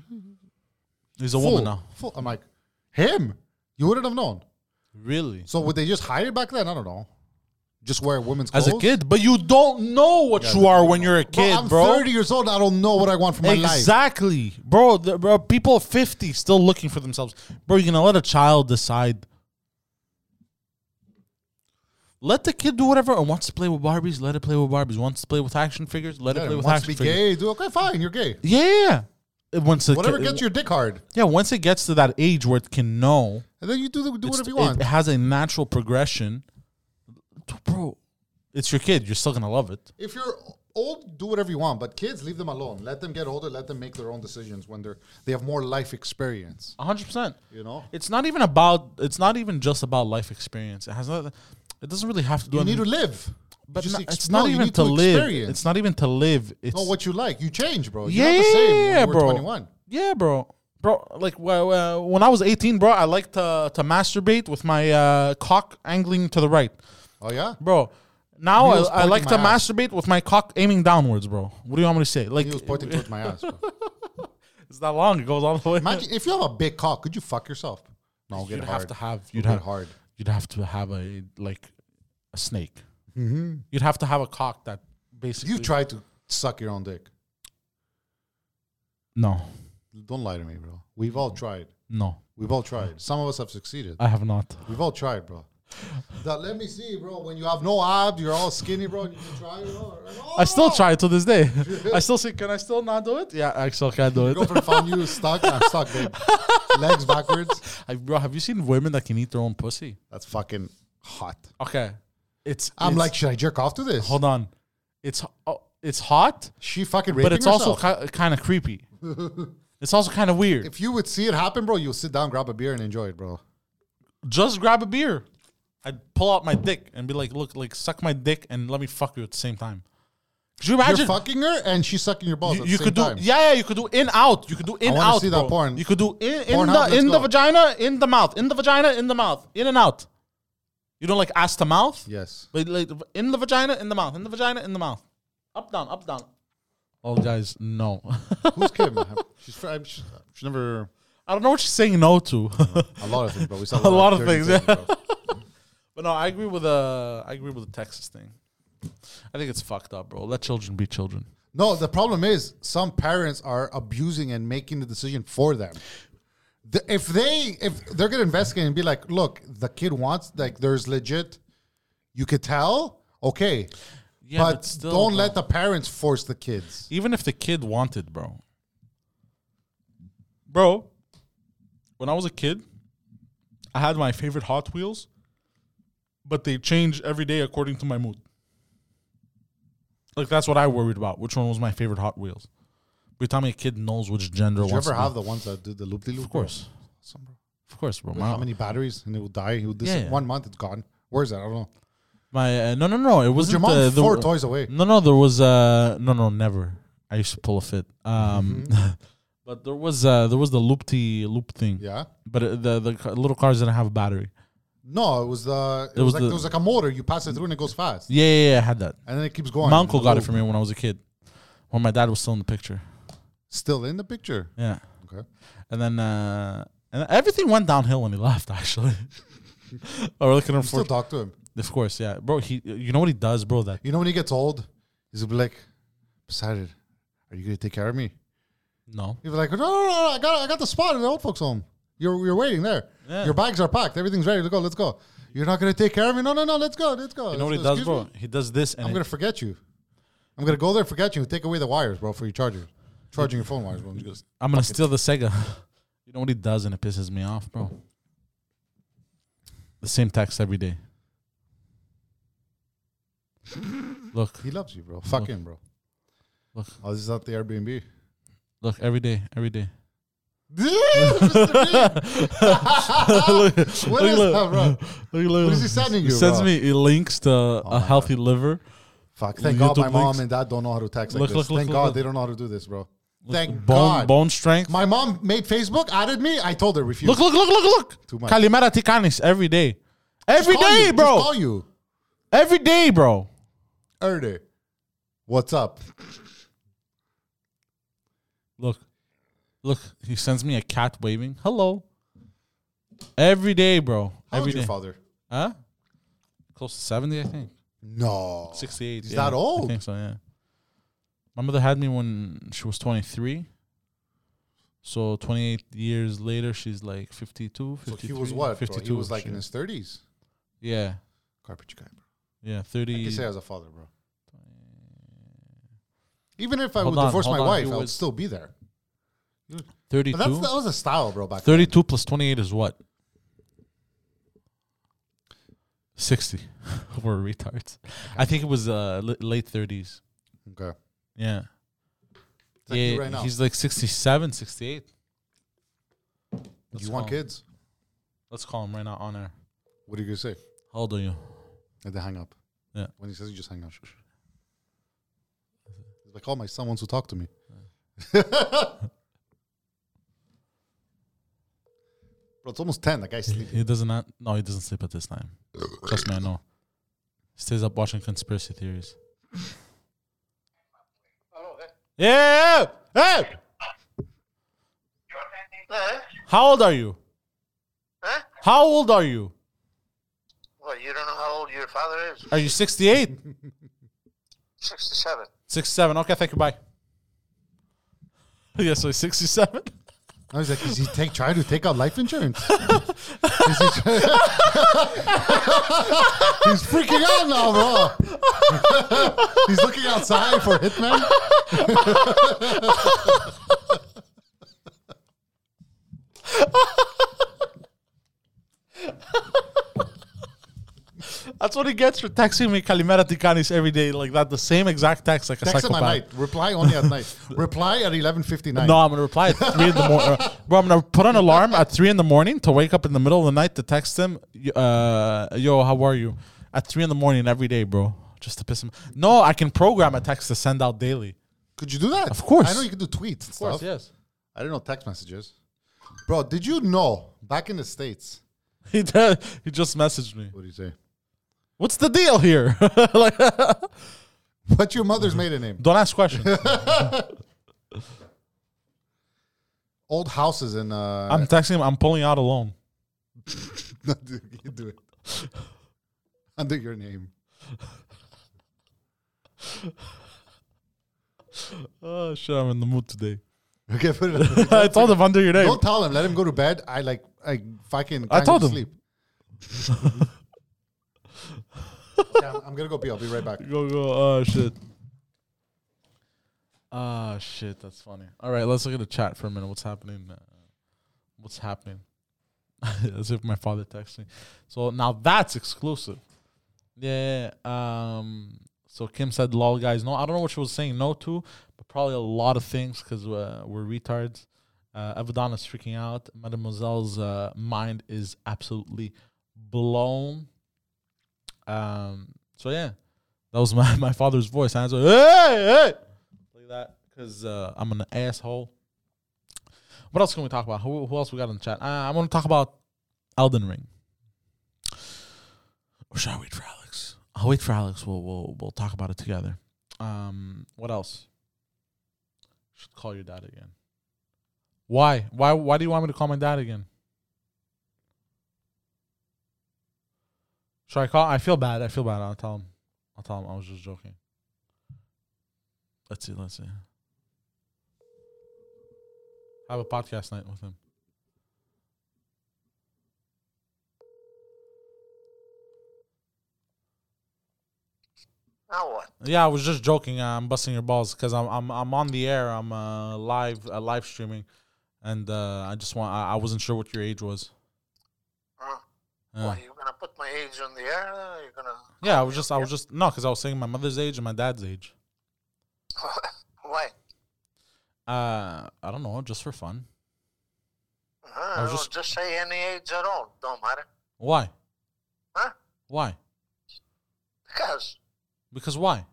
Speaker 1: is a
Speaker 2: full,
Speaker 1: woman now.
Speaker 2: full. I'm like, him? You wouldn't have known.
Speaker 1: Really?
Speaker 2: So would they just hire back then? I don't know. Just wear women's
Speaker 1: As
Speaker 2: clothes
Speaker 1: a kid, but you don't know what you are when you're a kid,
Speaker 2: I'm
Speaker 1: bro.
Speaker 2: 30 years old. I don't know what I want for my life.
Speaker 1: Exactly, bro. The, bro. People fifty still looking for themselves, bro. You're gonna let a child decide. Let the kid do whatever and wants to play with Barbies. Let it play with Barbies. Wants to play with action figures. Let it
Speaker 2: Yeah,
Speaker 1: play with
Speaker 2: wants to
Speaker 1: action
Speaker 2: be
Speaker 1: figures.
Speaker 2: gay, do okay, fine, you're gay.
Speaker 1: Yeah, yeah, yeah. Once the
Speaker 2: Whatever
Speaker 1: kid-
Speaker 2: gets your dick hard,
Speaker 1: yeah, once it gets to that age where it can know,
Speaker 2: and then you do the, do whatever you
Speaker 1: it's-
Speaker 2: want.
Speaker 1: It has a natural progression, bro. It's your kid. You're still gonna love it.
Speaker 2: If you're old, do whatever you want. But kids, leave them alone. Let them get older. Let them make their own decisions when they're they have more life experience.
Speaker 1: hundred percent.
Speaker 2: You know,
Speaker 1: It's not even about. It's not even just about life experience. It has. Not, it doesn't really have to do.
Speaker 2: you need
Speaker 1: anything-
Speaker 2: to live.
Speaker 1: but
Speaker 2: Just
Speaker 1: no-
Speaker 2: ex-
Speaker 1: it's
Speaker 2: no,
Speaker 1: not
Speaker 2: you
Speaker 1: even
Speaker 2: need
Speaker 1: to, live.
Speaker 2: Experience.
Speaker 1: It's not even to live. It's
Speaker 2: know what you like. You change, bro. You're
Speaker 1: yeah,
Speaker 2: not the same when you were
Speaker 1: bro.
Speaker 2: 21.
Speaker 1: Yeah, bro. Bro, like wh- wh- when I was 18, bro, I liked to to masturbate with my uh, cock angling to the right,
Speaker 2: Oh yeah,
Speaker 1: bro. Now
Speaker 2: Neil's
Speaker 1: I, I like to
Speaker 2: pointing my ass.
Speaker 1: masturbate with my cock aiming downwards, bro. What do you want me to say? Like
Speaker 2: he was pointing towards my ass. Bro.
Speaker 1: it's not long; it goes all the way.
Speaker 2: Imagine if you have a big cock, could you fuck yourself? No, get
Speaker 1: you'd
Speaker 2: hard.
Speaker 1: have to have
Speaker 2: You'd
Speaker 1: you'd
Speaker 2: get
Speaker 1: have
Speaker 2: hard.
Speaker 1: you'd have to have a like a snake. You'd have to have a cock that basically.
Speaker 2: You've tried to suck your own dick.
Speaker 1: no,
Speaker 2: Don't lie to me, bro. We've all tried.
Speaker 1: no,
Speaker 2: We've all tried. Some of us have succeeded.
Speaker 1: I have not.
Speaker 2: We've all tried, bro. That- let me see, bro. When you have no abs, you're all skinny, bro. and You can try, bro.
Speaker 1: I
Speaker 2: Oh!
Speaker 1: still try to this day. I still say, can I still not do it? Yeah, I still can't do it.
Speaker 2: Go for fun. You stuck. I'm stuck, babe. Legs backwards.
Speaker 1: I, bro, have you seen women that can eat their own pussy?
Speaker 2: That's fucking hot.
Speaker 1: Okay, it's.
Speaker 2: I'm
Speaker 1: it's-
Speaker 2: like, should I jerk off to this?
Speaker 1: hold on, it's oh, it's hot,
Speaker 2: She fucking raping
Speaker 1: but it's
Speaker 2: herself.
Speaker 1: also ki- kind of creepy. it's also kind of weird.
Speaker 2: if you would see it happen, bro, you'll sit down, grab a beer, and enjoy it, bro.
Speaker 1: just grab a beer. I'd pull out my dick and be like, look, like suck my dick and let me fuck you at the same time. Could you
Speaker 2: You're
Speaker 1: imagine?
Speaker 2: fucking her, and she's sucking your balls.
Speaker 1: you,
Speaker 2: at the
Speaker 1: you
Speaker 2: same
Speaker 1: could do
Speaker 2: time.
Speaker 1: yeah, yeah, you could do in out. You could do in
Speaker 2: wanna
Speaker 1: out.
Speaker 2: see that
Speaker 1: bro.
Speaker 2: porn.
Speaker 1: You could do in in
Speaker 2: Pornhub,
Speaker 1: the
Speaker 2: let's
Speaker 1: in the
Speaker 2: go.
Speaker 1: vagina, in the mouth, in the vagina, in the mouth, in and out. You don't like ass to mouth?
Speaker 2: Yes.
Speaker 1: But like in the vagina, in the mouth, in the vagina, in the mouth. Up down, up down. Oh guys, no.
Speaker 2: Who's Kim? she's, fr- I'm- she's she's never
Speaker 1: I don't know what she's saying no to.
Speaker 2: a lot of things, but we saw
Speaker 1: A lot of
Speaker 2: dirty
Speaker 1: things, yeah.
Speaker 2: bro.
Speaker 1: But no, I agree with uh, I agree with the Texas thing. I think it's fucked up, bro. Let children be children.
Speaker 2: No, the problem is some parents are abusing and making the decision for them. The- if they if they're gonna investigate and be like, look, the kid wants like there's legit, you could tell. Okay,
Speaker 1: Yeah,
Speaker 2: but don't let the parents force the kids.
Speaker 1: Even if the kid wanted, bro. Bro, when I was a kid, I had my favorite Hot Wheels, but they change every day according to my mood. Like that's what I worried about. Which one was my favorite Hot Wheels? By the time a kid knows which gender
Speaker 2: Did you
Speaker 1: wants
Speaker 2: ever
Speaker 1: to be-
Speaker 2: have the ones that do the loop de loop?
Speaker 1: Of course. Of course, bro.
Speaker 2: How
Speaker 1: My,
Speaker 2: many batteries and it will die? It will dis-
Speaker 1: Yeah, yeah.
Speaker 2: One month, it's gone. Where's that? I don't know.
Speaker 1: my uh, no, no, no. It
Speaker 2: Was your
Speaker 1: wasn't uh,
Speaker 2: mom
Speaker 1: the, the
Speaker 2: four toys away?
Speaker 1: No, no, there was uh no, no, never. I used to pull a fit. Um, but there was uh there was the loopty loop thing.
Speaker 2: Mm-hmm. Yeah.
Speaker 1: But uh, the the ca- little cars didn't have a battery.
Speaker 2: No, it was the. It,
Speaker 1: It was
Speaker 2: was, like
Speaker 1: the-
Speaker 2: it was like a motor. You pass it through and it goes fast,
Speaker 1: Yeah, yeah, yeah I had that.
Speaker 2: and then it keeps going.
Speaker 1: my uncle got it
Speaker 2: Ooh.
Speaker 1: for me when I was a kid, when my dad was still in the picture.
Speaker 2: Still in the picture.
Speaker 1: Yeah.
Speaker 2: Okay.
Speaker 1: And then uh and everything went downhill when he left. Actually. or looking
Speaker 2: You still
Speaker 1: for
Speaker 2: talk to him.
Speaker 1: of course, yeah, bro. He you know what he does, bro. That
Speaker 2: You know when he gets old, he's gonna be like, "Poseidon, are you gonna take care of me?"
Speaker 1: no.
Speaker 2: He'll be like, "No, no, no, no, I got, I got the spot in the old folks' home. You're, you're waiting there.
Speaker 1: Yeah.
Speaker 2: Your bags are packed. Everything's ready to go. Let's go. You're not gonna take care of me? No, no, no. Let's go. Let's go.
Speaker 1: You know what he
Speaker 2: Let's-
Speaker 1: does,
Speaker 2: excuse
Speaker 1: bro?
Speaker 2: me.
Speaker 1: He does this and
Speaker 2: I'm
Speaker 1: it-
Speaker 2: gonna forget you. I'm gonna go there, forget you, and take away the wires, bro, for your charger, charging your phone wires, bro. I'm just-
Speaker 1: I'm gonna steal the Sega. You know what he does, and it pisses me off, bro. The same text every day. Look,
Speaker 2: He loves you, bro. Fuck him, bro.
Speaker 1: Look.
Speaker 2: Oh, this is not the Airbnb.
Speaker 1: look, every day, every day.
Speaker 2: what is
Speaker 1: Look, look.
Speaker 2: that, bro?
Speaker 1: Look, look,
Speaker 2: What is
Speaker 1: look.
Speaker 2: he sending
Speaker 1: He
Speaker 2: you?
Speaker 1: sends
Speaker 2: bro? Oh
Speaker 1: me he links to a
Speaker 2: my
Speaker 1: healthy liver.
Speaker 2: Fuck. Thank God my
Speaker 1: YouTube
Speaker 2: mom
Speaker 1: links.
Speaker 2: and dad don't know how to text like
Speaker 1: Look,
Speaker 2: this.
Speaker 1: look, look,
Speaker 2: Thank
Speaker 1: look,
Speaker 2: God
Speaker 1: look.
Speaker 2: they don't know how to do this, bro.
Speaker 1: Look,
Speaker 2: Thank
Speaker 1: bone,
Speaker 2: God.
Speaker 1: bone strength.
Speaker 2: My mom made Facebook. Added me. I told her refuse.
Speaker 1: Look, look, look, look,
Speaker 2: Too
Speaker 1: look.
Speaker 2: much.
Speaker 1: Kalimera Tikanis every day. Every
Speaker 2: Call
Speaker 1: day,
Speaker 2: you. Just
Speaker 1: bro.
Speaker 2: call you.
Speaker 1: Every day, bro.
Speaker 2: Erder. What's up?
Speaker 1: Look, look. He sends me a cat waving. Hello. Every day, bro.
Speaker 2: How
Speaker 1: every
Speaker 2: old's your
Speaker 1: day.
Speaker 2: father?
Speaker 1: Huh? Close to 70, I think.
Speaker 2: No.
Speaker 1: 68.
Speaker 2: He's
Speaker 1: yeah.
Speaker 2: that old?
Speaker 1: I think so, yeah. My mother had me when she was 23. So 28 years later, she's like 52,
Speaker 2: So
Speaker 1: 53.
Speaker 2: he was what?
Speaker 1: 52.
Speaker 2: Bro? He was like in
Speaker 1: shit.
Speaker 2: his thirties.
Speaker 1: Yeah.
Speaker 2: Garbage guy, bro.
Speaker 1: Yeah.
Speaker 2: I
Speaker 1: 30.
Speaker 2: can say as a father, bro. Even if I
Speaker 1: Hold
Speaker 2: would
Speaker 1: on,
Speaker 2: divorce
Speaker 1: hold
Speaker 2: my
Speaker 1: on.
Speaker 2: wife,
Speaker 1: He
Speaker 2: I would
Speaker 1: was-
Speaker 2: still be there. But
Speaker 1: 32.
Speaker 2: that's that was a style, bro. Back
Speaker 1: 32 plus 28 is what? 60. We're retards. I think it was uh, l- late 30s.
Speaker 2: then. Okay.
Speaker 1: Yeah.
Speaker 2: It's like
Speaker 1: yeah,
Speaker 2: you right now.
Speaker 1: he's like 67, 68.
Speaker 2: Do
Speaker 1: Let's
Speaker 2: you want
Speaker 1: call him.
Speaker 2: kids?
Speaker 1: Let's call him right now on air.
Speaker 2: What are you gonna say?
Speaker 1: How old are you?
Speaker 2: And they hang up.
Speaker 1: Yeah.
Speaker 2: When he says you just hang up. Shh, shh. He's like, oh, my son wants to talk to me. Bro, it's almost 10. That guy's sleeping.
Speaker 1: He doesn't. Not, no, he doesn't sleep at this time. Trust me, I know. He stays up watching conspiracy theories. Yeah. Hey.
Speaker 4: Huh?
Speaker 1: How old are you?
Speaker 4: Huh?
Speaker 1: How old are you?
Speaker 4: Well, you don't know how old your father is.
Speaker 1: Are you 68?
Speaker 4: 67.
Speaker 1: 67. Okay, thank you. Bye. Yeah, so he's 67.
Speaker 2: I was like, is he take, trying to take out life insurance? Is he try- He's freaking out now, bro. He's looking outside for hitman.
Speaker 1: That's what he gets for texting me Kalimera Tikanis every day, like that, the same exact text, like a
Speaker 2: Text him at
Speaker 1: psychopath.
Speaker 2: night. Reply only at night. Reply at 11.59.
Speaker 1: No, I'm gonna reply at three in the morning, bro. I'm gonna put an alarm at three in the morning to wake up in the middle of the night to text him. y- Uh, yo, how are you? At three in the morning every day, bro, just to piss him. No, I can program a text to send out daily.
Speaker 2: Could you do that? Of
Speaker 1: course.
Speaker 2: I know you could do tweets and stuff.
Speaker 1: yes.
Speaker 2: I didn't know text messages. Bro, did you know back in the States?
Speaker 1: He did, he just messaged me.
Speaker 2: What do you say?
Speaker 1: What's the deal here? like,
Speaker 2: What's your mother's maiden name?
Speaker 1: don't ask questions.
Speaker 2: Old houses in. Uh,
Speaker 1: I'm texting him. I'm pulling out alone.
Speaker 2: No, dude, you do it. Under your name.
Speaker 1: Oh shit! I'm in the mood today.
Speaker 2: Okay, put it under
Speaker 1: I told him under your name.
Speaker 2: Don't tell him. Let him go to bed. I like. I fucking.
Speaker 1: I
Speaker 2: can't
Speaker 1: told
Speaker 2: go to
Speaker 1: him.
Speaker 2: Sleep. Okay, I'm, I'm gonna go pee. I'll be right back.
Speaker 1: Go go. Oh shit. Ah shit, that's funny. All right, let's look at the chat for a minute. What's happening? Uh, what's happening? As if my father texts me. So now that's exclusive. Yeah. Um. So Kim said, "Lol, guys. No, I don't know what she was saying no to, but probably a lot of things because uh, we're retards." Uh, Evadana's freaking out. Mademoiselle's uh, mind is absolutely blown. Um. So yeah, that was my, my father's voice. And I was like, "Hey, hey!" like that because uh, I'm an asshole. What else can we talk about? Who, who else we got in the chat? Uh, I want to talk about Elden Ring. Or should I wait for Alex? I'll wait for Alex. We'll we'll, we'll talk about it together. Um, what else? Should call your dad again. Why? Why? Why do you want me to call my dad again? Should I call? I feel bad. I feel bad. I'll tell him. I'll tell him. I was just joking. Let's see. Let's see. Have a podcast night with him.
Speaker 4: Now what?
Speaker 1: Yeah, I was just joking. I'm busting your balls because I'm I'm I'm on the air. I'm uh, live uh, live streaming, and uh, I just want. I, I wasn't sure what your age was.
Speaker 4: Huh?
Speaker 1: Uh,
Speaker 4: Why, you gonna put my age on the air? Or you gonna?
Speaker 1: yeah, I was just I was just no, because I was saying my mother's age and my dad's age.
Speaker 4: Why?
Speaker 1: Uh, I don't know, just for fun.
Speaker 4: Huh?
Speaker 1: was
Speaker 4: Well,
Speaker 1: just-
Speaker 4: just... say any age at all. Don't matter.
Speaker 1: Why?
Speaker 4: Huh?
Speaker 1: Why?
Speaker 4: Because.
Speaker 1: Because why?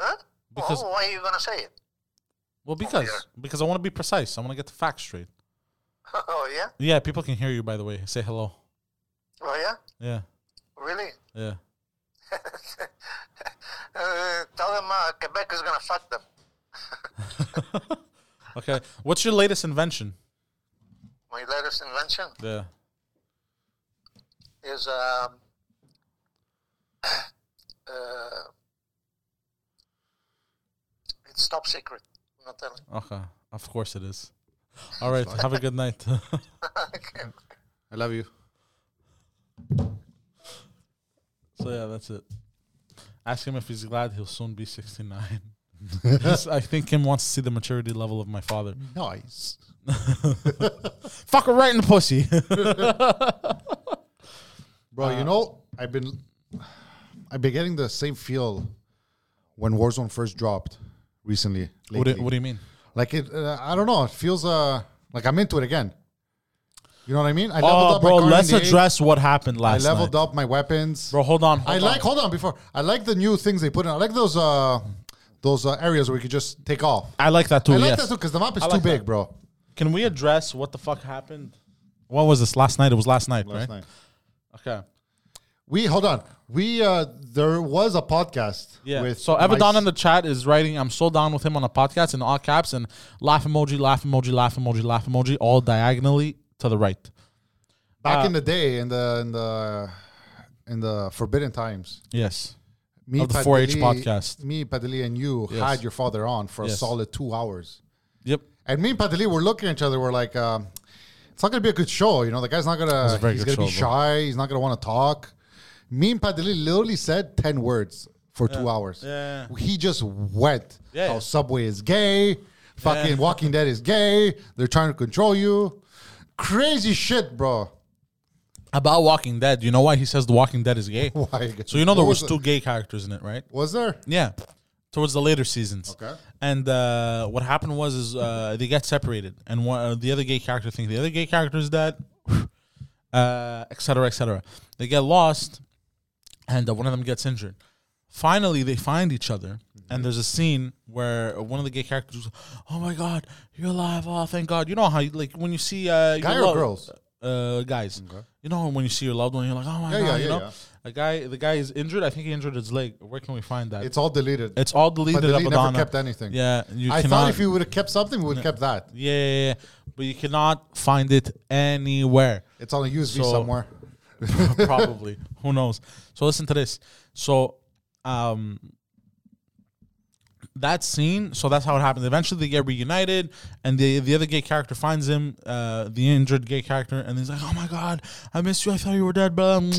Speaker 4: Huh?
Speaker 1: Because-
Speaker 4: Well, why are you gonna say it?
Speaker 1: Well, because because I want to be precise. I want to get the facts straight.
Speaker 4: oh yeah.
Speaker 1: Yeah, people can hear you. By the way, say hello.
Speaker 4: Oh yeah.
Speaker 1: Yeah,
Speaker 4: Really?
Speaker 1: yeah.
Speaker 4: Uh, tell them uh, Quebec is gonna fuck them.
Speaker 1: Okay. What's your latest invention?
Speaker 4: My latest invention
Speaker 1: Yeah.
Speaker 4: is um, uh, it's top secret. I'm not telling.
Speaker 1: Okay. Of course it is. All right. Have a good night.
Speaker 2: I love you.
Speaker 1: So yeah, that's it. Ask him if he's glad he'll soon be sixty nine. I think Kim wants to see the maturity level of my father.
Speaker 2: Nice.
Speaker 1: Fuck her right in the pussy.
Speaker 2: Bro, you know, I've been I've been getting the same feel when Warzone first dropped recently.
Speaker 1: what, do,
Speaker 2: lately.
Speaker 1: what do you mean?
Speaker 2: like it uh, I don't know, it feels uh like I'm into it again. You know what I mean? I
Speaker 1: Oh, bro,
Speaker 2: my
Speaker 1: let's
Speaker 2: Karen
Speaker 1: address what happened
Speaker 2: I
Speaker 1: last
Speaker 2: leveled
Speaker 1: night.
Speaker 2: up my weapons.
Speaker 1: Bro, hold on. Hold
Speaker 2: I
Speaker 1: on.
Speaker 2: like hold on before. I like the new things they put in. I like those uh those uh, areas where you could just take off.
Speaker 1: I like that too.
Speaker 2: I like
Speaker 1: yes.
Speaker 2: that too because the map is
Speaker 1: like
Speaker 2: too big,
Speaker 1: that.
Speaker 2: bro.
Speaker 1: Can we address what the fuck happened? What was this last night? It was last night,
Speaker 2: Last
Speaker 1: right?
Speaker 2: night.
Speaker 1: Okay.
Speaker 2: We hold on. We uh there was a podcast.
Speaker 1: Yeah.
Speaker 2: With
Speaker 1: so
Speaker 2: my
Speaker 1: Evadon
Speaker 2: s-
Speaker 1: in the chat is writing, I'm so down with him on a podcast in all caps and laugh emoji, laugh emoji, laugh emoji, laugh emoji, all diagonally to the right. uh,
Speaker 2: back in the day in the in the in the forbidden times.
Speaker 1: Yes.
Speaker 2: Me
Speaker 1: Of Oh, the 4-H podcast.
Speaker 2: Me Padeli and you
Speaker 1: Yes.
Speaker 2: had your father on for a
Speaker 1: Yes.
Speaker 2: solid two hours.
Speaker 1: Yep.
Speaker 2: And me and Padeli were looking at each other. We're like, um, it's not gonna be a good show. You know, the guy's not
Speaker 1: was
Speaker 2: gonna.
Speaker 1: a very
Speaker 2: He's
Speaker 1: good
Speaker 2: gonna be
Speaker 1: show, bro.
Speaker 2: shy. He's not gonna want to talk. Me and Padeli literally said ten words for two hours.
Speaker 1: Yeah.
Speaker 2: He just went.
Speaker 1: Yeah.
Speaker 2: How Subway is gay. Fucking Walking Dead is gay. They're trying to control you. Crazy shit, bro.
Speaker 1: About Walking Dead, you know why he says The Walking Dead is gay?
Speaker 2: Why?
Speaker 1: So you know there
Speaker 2: What
Speaker 1: was
Speaker 2: it?
Speaker 1: two gay characters in it, right?
Speaker 2: Was there?
Speaker 1: Yeah, towards the later seasons.
Speaker 2: Okay.
Speaker 1: And uh, what happened was is uh, they got separated, and one, uh, the other gay character thinks the other gay character is dead, uh, et cetera, et cetera. They get lost, and uh, one of them gets injured. Finally, they find each other, and there's a scene where one of the gay characters, "Oh my God, you're alive! Oh, thank God!" You know how you, like when you see uh,
Speaker 2: Guy
Speaker 1: your
Speaker 2: or
Speaker 1: lo-
Speaker 2: girls?
Speaker 1: uh, guys. You know when you see your loved one, you're like, "Oh my
Speaker 2: Yeah,
Speaker 1: God!"
Speaker 2: yeah,
Speaker 1: you
Speaker 2: yeah,
Speaker 1: know,
Speaker 2: yeah.
Speaker 1: a guy. The guy is injured. I think he injured his leg. Where can we find that?
Speaker 2: It's all deleted.
Speaker 1: It's all deleted. up
Speaker 2: But Delete never
Speaker 1: Adana.
Speaker 2: kept anything.
Speaker 1: Yeah, you
Speaker 2: I
Speaker 1: cannot.
Speaker 2: thought if you would have kept something, we would have kept that.
Speaker 1: yeah, yeah, yeah, but you cannot find it anywhere.
Speaker 2: It's on a USB
Speaker 1: So-
Speaker 2: somewhere.
Speaker 1: Probably, who knows? So listen to this. So, um, that scene. So that's how it happened. Eventually, they get reunited, and the the other gay character finds him, uh, the injured gay character, and he's like, "Oh my god, I miss you. I thought you were dead." But they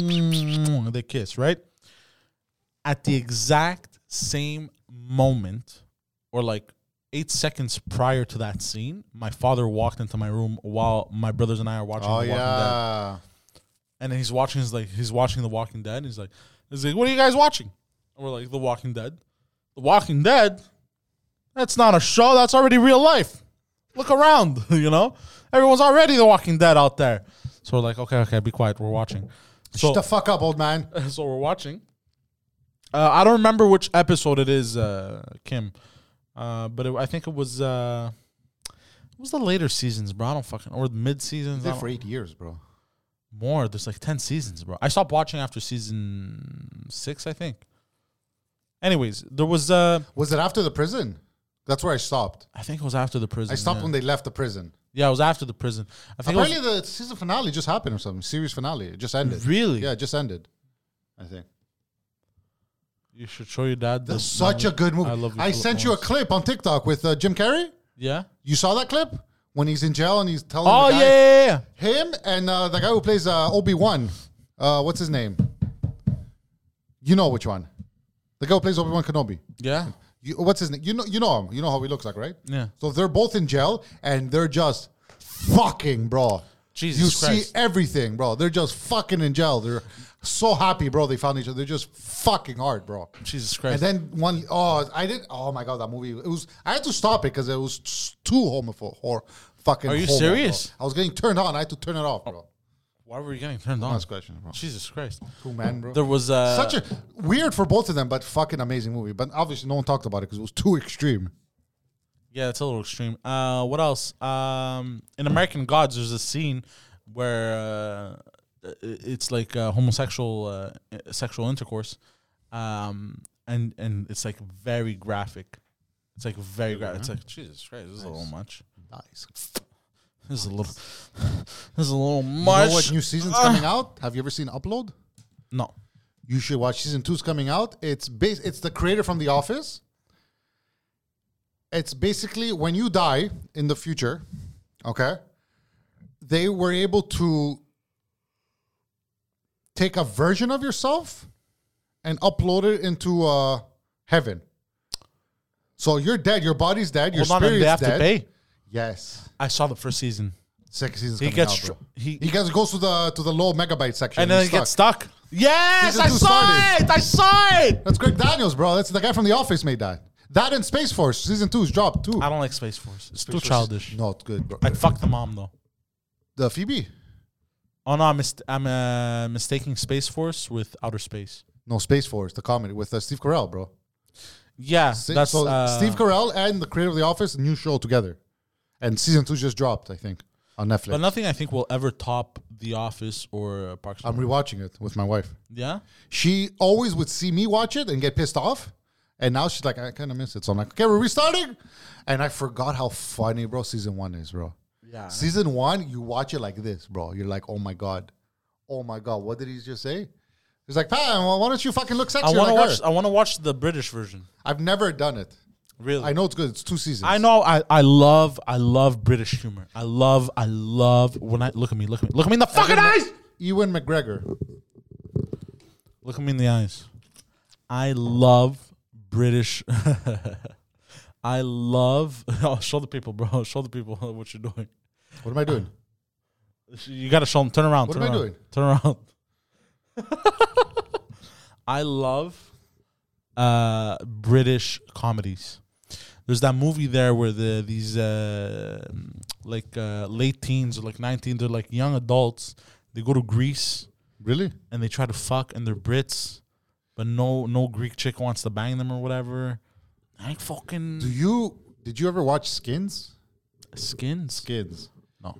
Speaker 1: kiss, mm-hmm," right? at the exact same moment or like eight seconds prior to that scene, my father walked into my room while my brothers and I are watching
Speaker 2: Oh
Speaker 1: The Walking Dead.
Speaker 2: yeah.
Speaker 1: And then he's watching his like he's watching The Walking Dead. And he's like, he's like, what are you guys watching? And we're like, The Walking Dead. The Walking Dead? That's not a show, that's already real life. Look around, you know? Everyone's already The Walking Dead out there. So we're like, okay, okay, be quiet. We're watching. So,
Speaker 2: Shut the fuck up, old man.
Speaker 1: so we're watching. Uh, I don't remember which episode it is, uh, Kim, uh, but it, I think it was uh, it was the later seasons, bro. I don't fucking or the mid seasons.
Speaker 2: Did for eight years, bro.
Speaker 1: More. There's like ten seasons, bro. I stopped watching after season six, I think. Anyways, there was uh,
Speaker 2: Was it after the prison? That's where I stopped.
Speaker 1: I think it was after the prison.
Speaker 2: I stopped
Speaker 1: yeah.
Speaker 2: when they left the prison.
Speaker 1: Yeah, it was after the prison. I think it was-
Speaker 2: Apparently, the season finale just happened or something. Series finale. It just ended.
Speaker 1: Really?
Speaker 2: Yeah, it just ended. I think.
Speaker 1: you should show your dad.
Speaker 2: That's
Speaker 1: the-
Speaker 2: such a good movie. I,
Speaker 1: I love you, Philip
Speaker 2: sent you a
Speaker 1: Morris.
Speaker 2: clip on TikTok with uh, Jim Carrey.
Speaker 1: Yeah.
Speaker 2: You saw that clip when he's in jail and he's telling.
Speaker 1: Oh
Speaker 2: the
Speaker 1: yeah,
Speaker 2: guy,
Speaker 1: yeah, yeah.
Speaker 2: Him and uh, the guy who plays uh, Obi Wan. Uh, what's his name? You know which one? The guy who plays Obi Wan Kenobi.
Speaker 1: Yeah.
Speaker 2: You, what's his name? You know, you know him. You know how he looks like, right?
Speaker 1: Yeah.
Speaker 2: So they're both in jail and they're just fucking, bro.
Speaker 1: Jesus
Speaker 2: you
Speaker 1: Christ.
Speaker 2: see everything, bro. They're just fucking in jail. They're so happy, bro. They found each other. They're just fucking hard, bro.
Speaker 1: Jesus
Speaker 2: And
Speaker 1: Christ.
Speaker 2: then one, oh, I didn't. Oh my god, that movie. It was. I had to stop it because it was t- too homophobic. Or fucking.
Speaker 1: Are you
Speaker 2: homo, bro.
Speaker 1: serious?
Speaker 2: I was getting turned on. I had to turn it off, bro.
Speaker 1: Why were you getting turned on?
Speaker 2: Last Oh, question, bro.
Speaker 1: Jesus Christ.
Speaker 2: Two men, bro.
Speaker 1: There was uh,
Speaker 2: Such a weird for both of them, but fucking amazing movie. But obviously, no one talked about it because it was too extreme.
Speaker 1: Yeah, it's a little extreme. Uh, what else? Um, in American Gods, there's a scene where uh, i- it's like uh, homosexual uh, i- sexual intercourse, um, and and it's like very graphic. It's like very graphic. It's like Jesus Christ, this is a little much.
Speaker 2: Nice.
Speaker 1: This is a little. this is a little
Speaker 2: You
Speaker 1: much.
Speaker 2: know what new
Speaker 1: uh,
Speaker 2: season's coming out? Have you ever seen Upload?
Speaker 1: no.
Speaker 2: You should watch season two's coming out. It's bas- It's the creator from The Office. It's basically when you die in the future, okay? They were able to take a version of yourself and upload it into uh, heaven. So you're dead. Your body's dead. Your
Speaker 1: Hold on, and
Speaker 2: spirit's
Speaker 1: they have
Speaker 2: dead.
Speaker 1: to pay.
Speaker 2: Yes.
Speaker 1: I saw the first season,
Speaker 2: Second season's
Speaker 1: He
Speaker 2: coming
Speaker 1: gets
Speaker 2: out.
Speaker 1: tr-
Speaker 2: bro.
Speaker 1: he-
Speaker 2: he gets goes to the to the low megabyte section.
Speaker 1: and then
Speaker 2: he's
Speaker 1: it gets
Speaker 2: stuck.
Speaker 1: stuck. Yes,
Speaker 2: Season
Speaker 1: I
Speaker 2: two
Speaker 1: saw
Speaker 2: started.
Speaker 1: it. I saw it.
Speaker 2: That's Greg Daniels, bro. That's the guy from The Office made that. That and Space Force season two is dropped too.
Speaker 1: I don't like Space Force. It's too
Speaker 2: Force is
Speaker 1: childish.
Speaker 2: Not good, bro.
Speaker 1: I fucked the mom though.
Speaker 2: The Phoebe.
Speaker 1: Oh no, I'm mist- I'm uh, mistaking Space Force with Outer Space.
Speaker 2: No, Space Force, the comedy with uh, Steve Carell, bro.
Speaker 1: Yeah,
Speaker 2: Si-
Speaker 1: that's
Speaker 2: so
Speaker 1: uh,
Speaker 2: Steve Carell and the creator of The Office new show together, and season two just dropped, I think, on Netflix.
Speaker 1: But nothing I think will ever top The Office or uh, Parks.
Speaker 2: I'm
Speaker 1: And Rec.
Speaker 2: rewatching it with my wife.
Speaker 1: yeah,
Speaker 2: She always would see me watch it and get pissed off, and now she's like, I kind of miss it. So I'm like, okay, we're restarting, and I forgot how funny, bro, season one is, bro.
Speaker 1: yeah.
Speaker 2: Season one, you watch it like this, bro. You're like, oh my god, oh my god, what did he just say? He's like, Pam, why don't you fucking look sexy?
Speaker 1: I want to
Speaker 2: like
Speaker 1: watch.
Speaker 2: Her?
Speaker 1: I want to watch the British version.
Speaker 2: I've never done it.
Speaker 1: Really,
Speaker 2: I know it's good. It's two seasons.
Speaker 1: I know. I, I love. I love British humor. I love. I love when I look at me. Look at me. Look at me in the fucking eyes.
Speaker 2: Ewan McGregor.
Speaker 1: Look at me in the eyes. I love British. I love. Oh, show the people, bro. Show the people what you're doing.
Speaker 2: What am I doing?
Speaker 1: You gotta show them. Turn around.
Speaker 2: What
Speaker 1: turn
Speaker 2: am I
Speaker 1: around,
Speaker 2: doing?
Speaker 1: Turn around. I love uh, British comedies. There's that movie there where the these uh, like uh, late teens or like 19, they're like young adults. They go to Greece
Speaker 2: Really?
Speaker 1: and they try to fuck, and they're Brits, but no no Greek chick wants to bang them or whatever. I ain't
Speaker 2: Do
Speaker 1: fucking
Speaker 2: you? Did you ever watch Skins?
Speaker 1: skins.
Speaker 2: Skins.
Speaker 1: No,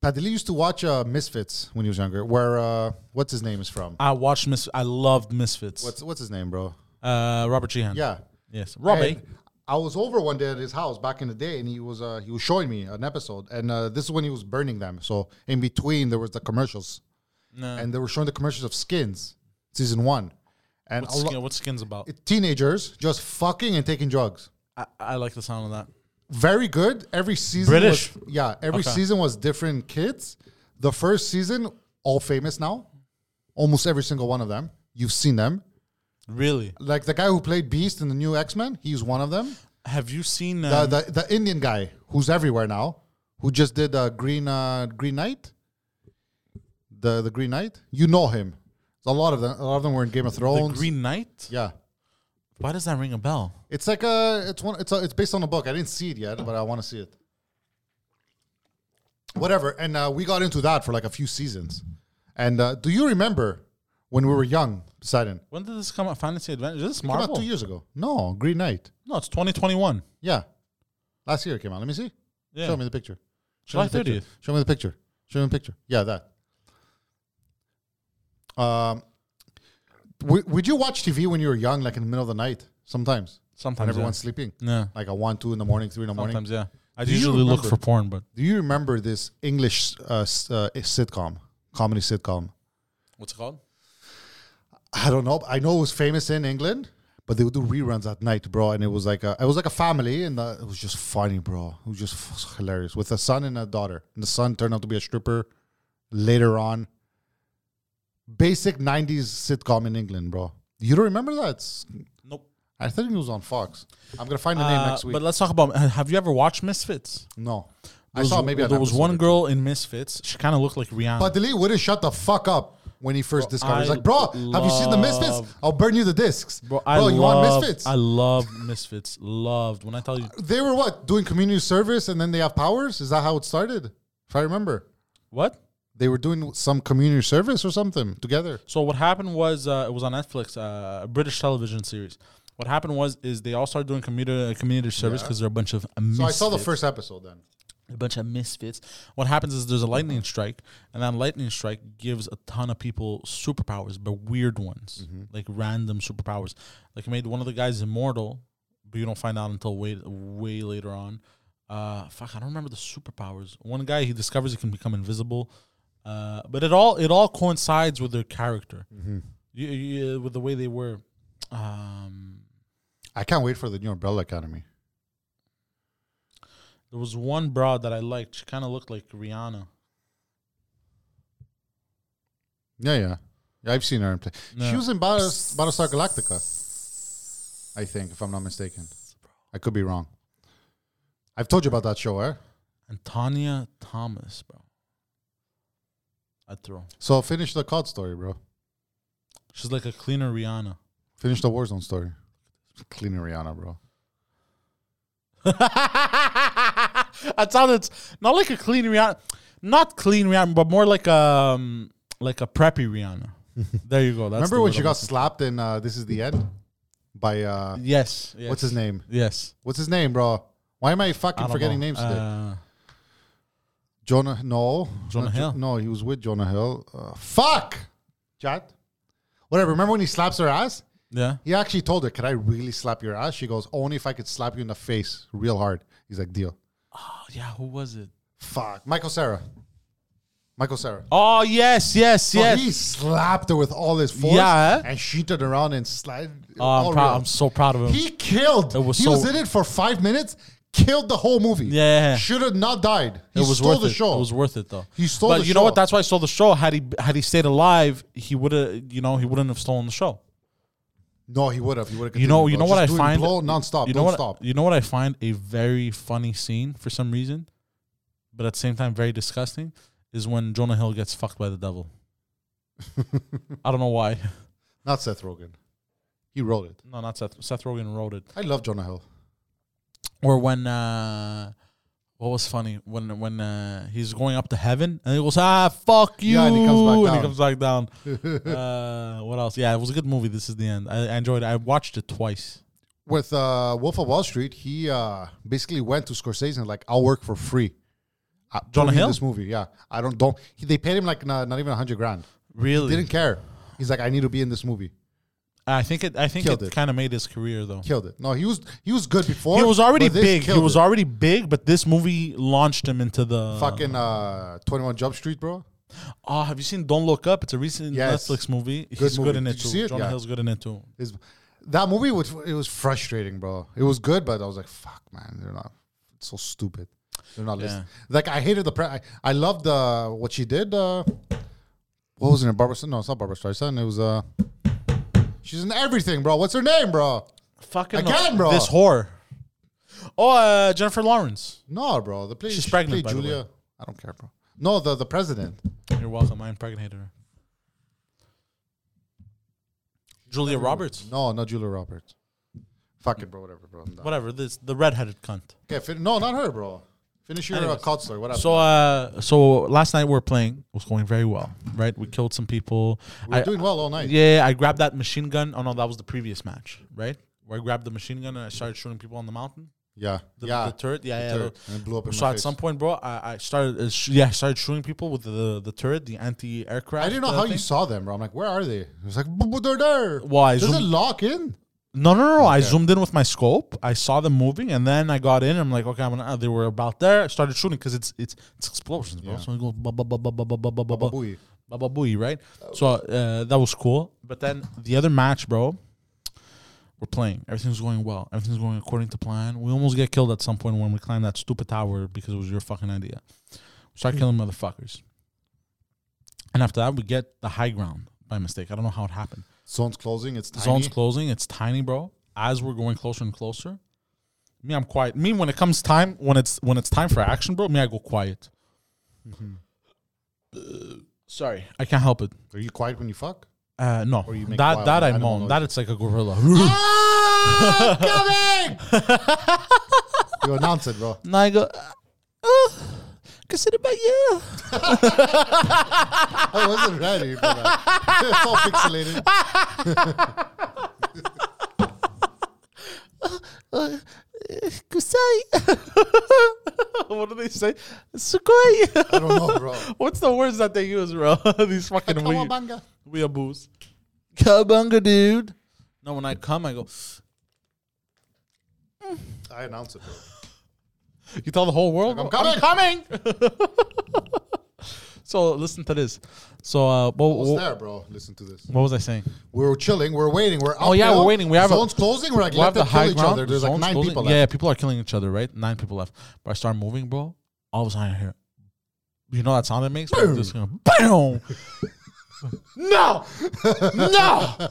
Speaker 2: Padilla used to watch uh, Misfits when he was younger. Where uh, what's his name is from?
Speaker 1: I watched Mis. I loved Misfits.
Speaker 2: What's what's his name, bro?
Speaker 1: uh, Robert Sheehan.
Speaker 2: Yeah.
Speaker 1: Yes, Robbie.
Speaker 2: And I was over one day at his house back in the day, and he was uh, he was showing me an episode, and uh, this is when he was burning them. So in between, there was the commercials, and they were showing the commercials of Skins season one, and
Speaker 1: What's,
Speaker 2: a lo-
Speaker 1: skin, what's skins about?
Speaker 2: teenagers just fucking and taking drugs.
Speaker 1: I, I like the sound of that.
Speaker 2: Very good. Every season,
Speaker 1: British?
Speaker 2: Was, yeah, every
Speaker 1: Okay.
Speaker 2: season was different kids. The first season, all famous now, almost every single one of them. You've seen them.
Speaker 1: Really?
Speaker 2: Like the guy who played Beast in the new X Men, he's one of them.
Speaker 1: Have you seen? Um,
Speaker 2: Uh, The, the the Indian guy who's everywhere now, who just did uh, Green uh, Green Knight. The the Green Knight, you know him. A lot of them, a lot of them were in Game of
Speaker 1: the
Speaker 2: Thrones.
Speaker 1: Green Knight?
Speaker 2: yeah,
Speaker 1: Why does that ring a bell?
Speaker 2: it's like a it's one it's a, it's based on a book. I didn't see it yet, but I want to see it. Whatever, and uh, we got into that for like a few seasons. And uh, do you remember when we were young, Poseidon?
Speaker 1: When did this come out? Fantasy Adventure? This is
Speaker 2: About
Speaker 1: Marvel.
Speaker 2: two years ago. No, Green Knight.
Speaker 1: No, it's 2021.
Speaker 2: Yeah. Last year it came out. Let me see.
Speaker 1: Yeah.
Speaker 2: Show me the picture. Show
Speaker 1: July
Speaker 2: me the picture.
Speaker 1: 30th.
Speaker 2: Show me the picture. Show me the picture. Yeah, that. Um, w- would you watch TV when you were young, like in the middle of the night? Sometimes. When
Speaker 1: Sometimes.
Speaker 2: everyone's sleeping.
Speaker 1: yeah. yeah.
Speaker 2: Like at 1, 2 in the morning, 3 in the morning.
Speaker 1: Sometimes, yeah. I
Speaker 2: Do you
Speaker 1: usually look
Speaker 2: remember-
Speaker 1: for porn, but
Speaker 2: Do you remember this English uh, s- uh, sitcom, comedy sitcom?
Speaker 1: what's it called?
Speaker 2: I don't know. I know it was famous in England, but they would do reruns at night, bro. And it was like a, it was like a family, and uh it was just funny, bro. It was just f- hilarious with a son and a daughter. And the son turned out to be a stripper later on. Basic '90s sitcom in England, bro. You don't remember that? It's-
Speaker 1: Nope. Uh,
Speaker 2: I think it was on Fox. I'm gonna find the name next week.
Speaker 1: But let's talk about. Have you ever watched Misfits?
Speaker 2: no, I
Speaker 1: There was-
Speaker 2: saw maybe an
Speaker 1: there was
Speaker 2: episode
Speaker 1: one
Speaker 2: or two.
Speaker 1: girl in Misfits. She kind of looked like Rihanna.
Speaker 2: But the lead wouldn't shut the fuck up when he first discovered. He's
Speaker 1: I
Speaker 2: like, bro, have you seen the Misfits?
Speaker 1: love-
Speaker 2: I'll burn you the discs,
Speaker 1: bro, I
Speaker 2: you
Speaker 1: love,
Speaker 2: want Misfits?
Speaker 1: I love Misfits. Loved when I tell you
Speaker 2: they were what doing community service and then they have powers is that how it started if i remember
Speaker 1: what.
Speaker 2: they were doing some community service or something together
Speaker 1: So what happened was uh, it was on Netflix, uh, a British television series. What happened was is they all started doing community community service because they're a bunch of misfits,
Speaker 2: so i saw the first episode then
Speaker 1: a bunch of misfits. What happens is there's a lightning strike, and that lightning strike gives a ton of people superpowers, but weird ones, like random superpowers. Like it made one of the guys immortal, but you don't find out until way way later on. Uh, fuck, I don't remember the superpowers. One guy he discovers he can become invisible, uh, but it all it all coincides with their character, you, you, with the way they were. Um,
Speaker 2: i can't wait for the new umbrella academy
Speaker 1: there was one broad that I liked. She kind of looked like Rihanna.
Speaker 2: yeah yeah, yeah i've seen her in play
Speaker 1: No.
Speaker 2: she was in Battle, battlestar galactica i think if i'm not mistaken i could be wrong i've told you about that show eh?
Speaker 1: Antonia Thomas, bro. I'd throw.
Speaker 2: so finish the cod story bro
Speaker 1: She's like a cleaner Rihanna.
Speaker 2: finish the warzone story clean rihanna bro
Speaker 1: that sounded not like a clean Rihanna, not clean Rihanna, but more like um like a preppy Rihanna. there you go. That's
Speaker 2: remember
Speaker 1: the
Speaker 2: when
Speaker 1: word
Speaker 2: she
Speaker 1: I'm
Speaker 2: got slapped in uh, this is the end by uh,
Speaker 1: looking- Yes, yes.
Speaker 2: what's his name
Speaker 1: Yes.
Speaker 2: What's his name, bro? Why am I
Speaker 1: I
Speaker 2: fucking
Speaker 1: don't
Speaker 2: forgetting
Speaker 1: know.
Speaker 2: names today?
Speaker 1: Uh,
Speaker 2: Jonah, no.
Speaker 1: Jonah
Speaker 2: Not Jo-
Speaker 1: Hill.
Speaker 2: No, he was with Jonah Hill. Uh, fuck! Chat? Whatever. Remember when he slaps her ass?
Speaker 1: yeah.
Speaker 2: He actually told her, Can I really slap your ass? She goes, Only if I could slap you in the face real hard. He's like, Deal.
Speaker 1: Oh, yeah. Who was it?
Speaker 2: Fuck. Michael Sarah. Michael Sarah.
Speaker 1: Oh yes, yes,
Speaker 2: So
Speaker 1: yes.
Speaker 2: he slapped her with all his force.
Speaker 1: Yeah.
Speaker 2: And she turned around and slid.
Speaker 1: Oh,
Speaker 2: all
Speaker 1: I'm, proud,
Speaker 2: real.
Speaker 1: I'm so proud of him.
Speaker 2: He killed.
Speaker 1: It was
Speaker 2: he
Speaker 1: so-
Speaker 2: was in it for five minutes, killed the whole movie.
Speaker 1: Yeah.
Speaker 2: Should have not died. He
Speaker 1: it was
Speaker 2: stole
Speaker 1: worth
Speaker 2: the
Speaker 1: it.
Speaker 2: show.
Speaker 1: It was worth it though.
Speaker 2: He stole
Speaker 1: But
Speaker 2: the
Speaker 1: you know
Speaker 2: show.
Speaker 1: what? That's why I stole the show. Had he had he stayed alive, he would have. You know, he wouldn't have stolen the show.
Speaker 2: no, he would have. He would have.
Speaker 1: You know, you know what I find.
Speaker 2: Blow nonstop.
Speaker 1: You know
Speaker 2: don't
Speaker 1: what?
Speaker 2: stop.
Speaker 1: You know what I find a very funny scene for some reason, but at the same time very disgusting is when Jonah Hill gets fucked by the devil. I don't know why.
Speaker 2: Not Seth Rogen. He wrote it.
Speaker 1: No, not Seth. Seth Rogen wrote it.
Speaker 2: I love Jonah Hill.
Speaker 1: Or when uh what was funny when when uh, he's going up to heaven and he goes ah fuck you
Speaker 2: Yeah, and he comes back
Speaker 1: and he
Speaker 2: down.
Speaker 1: comes back down. uh, what else? Yeah, it was a good movie. This is the end. I, I enjoyed. it. I watched it twice.
Speaker 2: With uh, Wolf of Wall Street, he uh, basically went to Scorsese and like, I'll work for free. Uh,
Speaker 1: Jonah
Speaker 2: put me in
Speaker 1: Hill?
Speaker 2: This movie, yeah. I don't don't. He, they paid him like not, not even hundred grand.
Speaker 1: Really?
Speaker 2: Didn't care. He's like, I need to be in this movie.
Speaker 1: I think it. I think
Speaker 2: Killed
Speaker 1: it,
Speaker 2: it.
Speaker 1: kind of made his career though.
Speaker 2: Killed it. No, he was he was good before.
Speaker 1: He was already
Speaker 2: but this
Speaker 1: big. He
Speaker 2: killed
Speaker 1: was
Speaker 2: it.
Speaker 1: already big, but this movie launched him into the
Speaker 2: fucking uh, Twenty One Jump Street, bro.
Speaker 1: Oh, have you seen Don't Look Up? It's a recent
Speaker 2: Yes.
Speaker 1: Netflix movie.
Speaker 2: Good
Speaker 1: He's good
Speaker 2: movie.
Speaker 1: in it
Speaker 2: Did you
Speaker 1: too.
Speaker 2: see it?
Speaker 1: Jonah
Speaker 2: Yeah.
Speaker 1: Hill's good in it too.
Speaker 2: is that movie was it was frustrating, bro. It was good, but I was like, fuck, man, they're not. It's so stupid. They're not listening. Like I hated the. Pre- I, I loved uh, what she did. Uh, what was it? Barbara? Streisand? No, it's not Barbara Streisand. It was uh, She's in everything, bro. What's her name, bro?
Speaker 1: Fucking
Speaker 2: Again, bro.
Speaker 1: This whore. Oh, uh, Jennifer Lawrence.
Speaker 2: No, bro. The play,
Speaker 1: She's
Speaker 2: she
Speaker 1: pregnant,
Speaker 2: played
Speaker 1: by the
Speaker 2: Julia.
Speaker 1: way.
Speaker 2: I don't care, bro. No, the the president.
Speaker 1: You're welcome. I impregnated her. Julia Roberts.
Speaker 2: No, not Julia Roberts. Fuck it, bro. Whatever, bro. I'm done.
Speaker 1: Whatever. This the redheaded cunt.
Speaker 2: Okay, fin- no, not her, bro. Finish your uh,
Speaker 1: Anyways.
Speaker 2: counselor. Whatever.
Speaker 1: So, uh, so last night we were playing. It was going very well, right? We killed some people.
Speaker 2: We're
Speaker 1: I-
Speaker 2: doing well all night.
Speaker 1: Yeah, I grabbed that machine gun. Oh no, that was the previous match, right? Where I grabbed the machine gun and I started shooting people on the mountain.
Speaker 2: Yeah,
Speaker 1: The,
Speaker 2: yeah.
Speaker 1: the turret. Yeah, yeah.
Speaker 2: turret.
Speaker 1: the-
Speaker 2: And it blew up in
Speaker 1: so
Speaker 2: my
Speaker 1: at
Speaker 2: face.
Speaker 1: some point, bro, I, I started. Uh, sh- yeah, I started shooting people with the the turret, the anti aircraft.
Speaker 2: I didn't know how you saw them, bro. I'm like, where are they? It was like, "Boo, boo, they're there.
Speaker 1: Well, I
Speaker 2: Does it
Speaker 1: zoom-
Speaker 2: lock in?
Speaker 1: No, no, no. I zoomed in with my scope. I saw them moving, and then I got in. And I'm like, okay, I'm gonna. uh, They were about there. I started shooting because it's it's it's explosions, bro.
Speaker 2: Yeah.
Speaker 1: So it goes ba ba ba ba ba ba ba ba ba ba
Speaker 2: Babooey.
Speaker 1: Baba Booey, right? So uh, that was cool. But then the other match, bro, we're playing. Everything's going well. Everything's going according to plan. We almost get killed at some point when we climbed that stupid tower because it was your fucking idea. We start killing motherfuckers. And after that, we get the high ground by mistake. I don't know how it happened.
Speaker 2: Zone's closing. It's
Speaker 1: The
Speaker 2: tiny.
Speaker 1: zone's closing. It's tiny, bro. As we're going closer and closer, me, I'm quiet. Me, when it comes time, when it's when it's time for action, bro, me, I go quiet.
Speaker 2: Mm-hmm.
Speaker 1: Uh, sorry, I can't help it.
Speaker 2: Are you quiet when you fuck?
Speaker 1: Uh, no,
Speaker 2: you make
Speaker 1: that
Speaker 2: wild
Speaker 1: that I
Speaker 2: animal
Speaker 1: moan.
Speaker 2: noises.
Speaker 1: That it's like a gorilla.
Speaker 2: You announce it, bro.
Speaker 1: and I go, oh, consider uh, by you.
Speaker 2: I wasn't ready for that. it's all pixelated.
Speaker 1: Kusai. uh, what do they say? Sukoi.
Speaker 2: I don't know, bro.
Speaker 1: What's the words that they use, bro? These fucking weird.
Speaker 2: Kawabanga.
Speaker 1: weeaboos. Kabunga, dude. No, when I come, I go.
Speaker 2: I announce it, bro.
Speaker 1: You tell the whole world,
Speaker 2: Like,
Speaker 1: "Oh,
Speaker 2: I'm
Speaker 1: I'm coming. so listen to this. So uh, what,
Speaker 2: What's
Speaker 1: what,
Speaker 2: there, bro? Listen to this.
Speaker 1: what was I saying?
Speaker 2: We were chilling. We are waiting. We're
Speaker 1: Oh, yeah, we're waiting. We have a-
Speaker 2: zone's closing. We're like,
Speaker 1: we have
Speaker 2: let
Speaker 1: the
Speaker 2: them
Speaker 1: high
Speaker 2: kill each
Speaker 1: ground.
Speaker 2: other. There's like
Speaker 1: zone's
Speaker 2: nine
Speaker 1: closing-
Speaker 2: people
Speaker 1: Yeah,
Speaker 2: left.
Speaker 1: people are killing each other, right? Nine people left. But I start moving, bro. All of a sudden, I hear, you know that sound it makes? Boom. Just going, boom. no, no.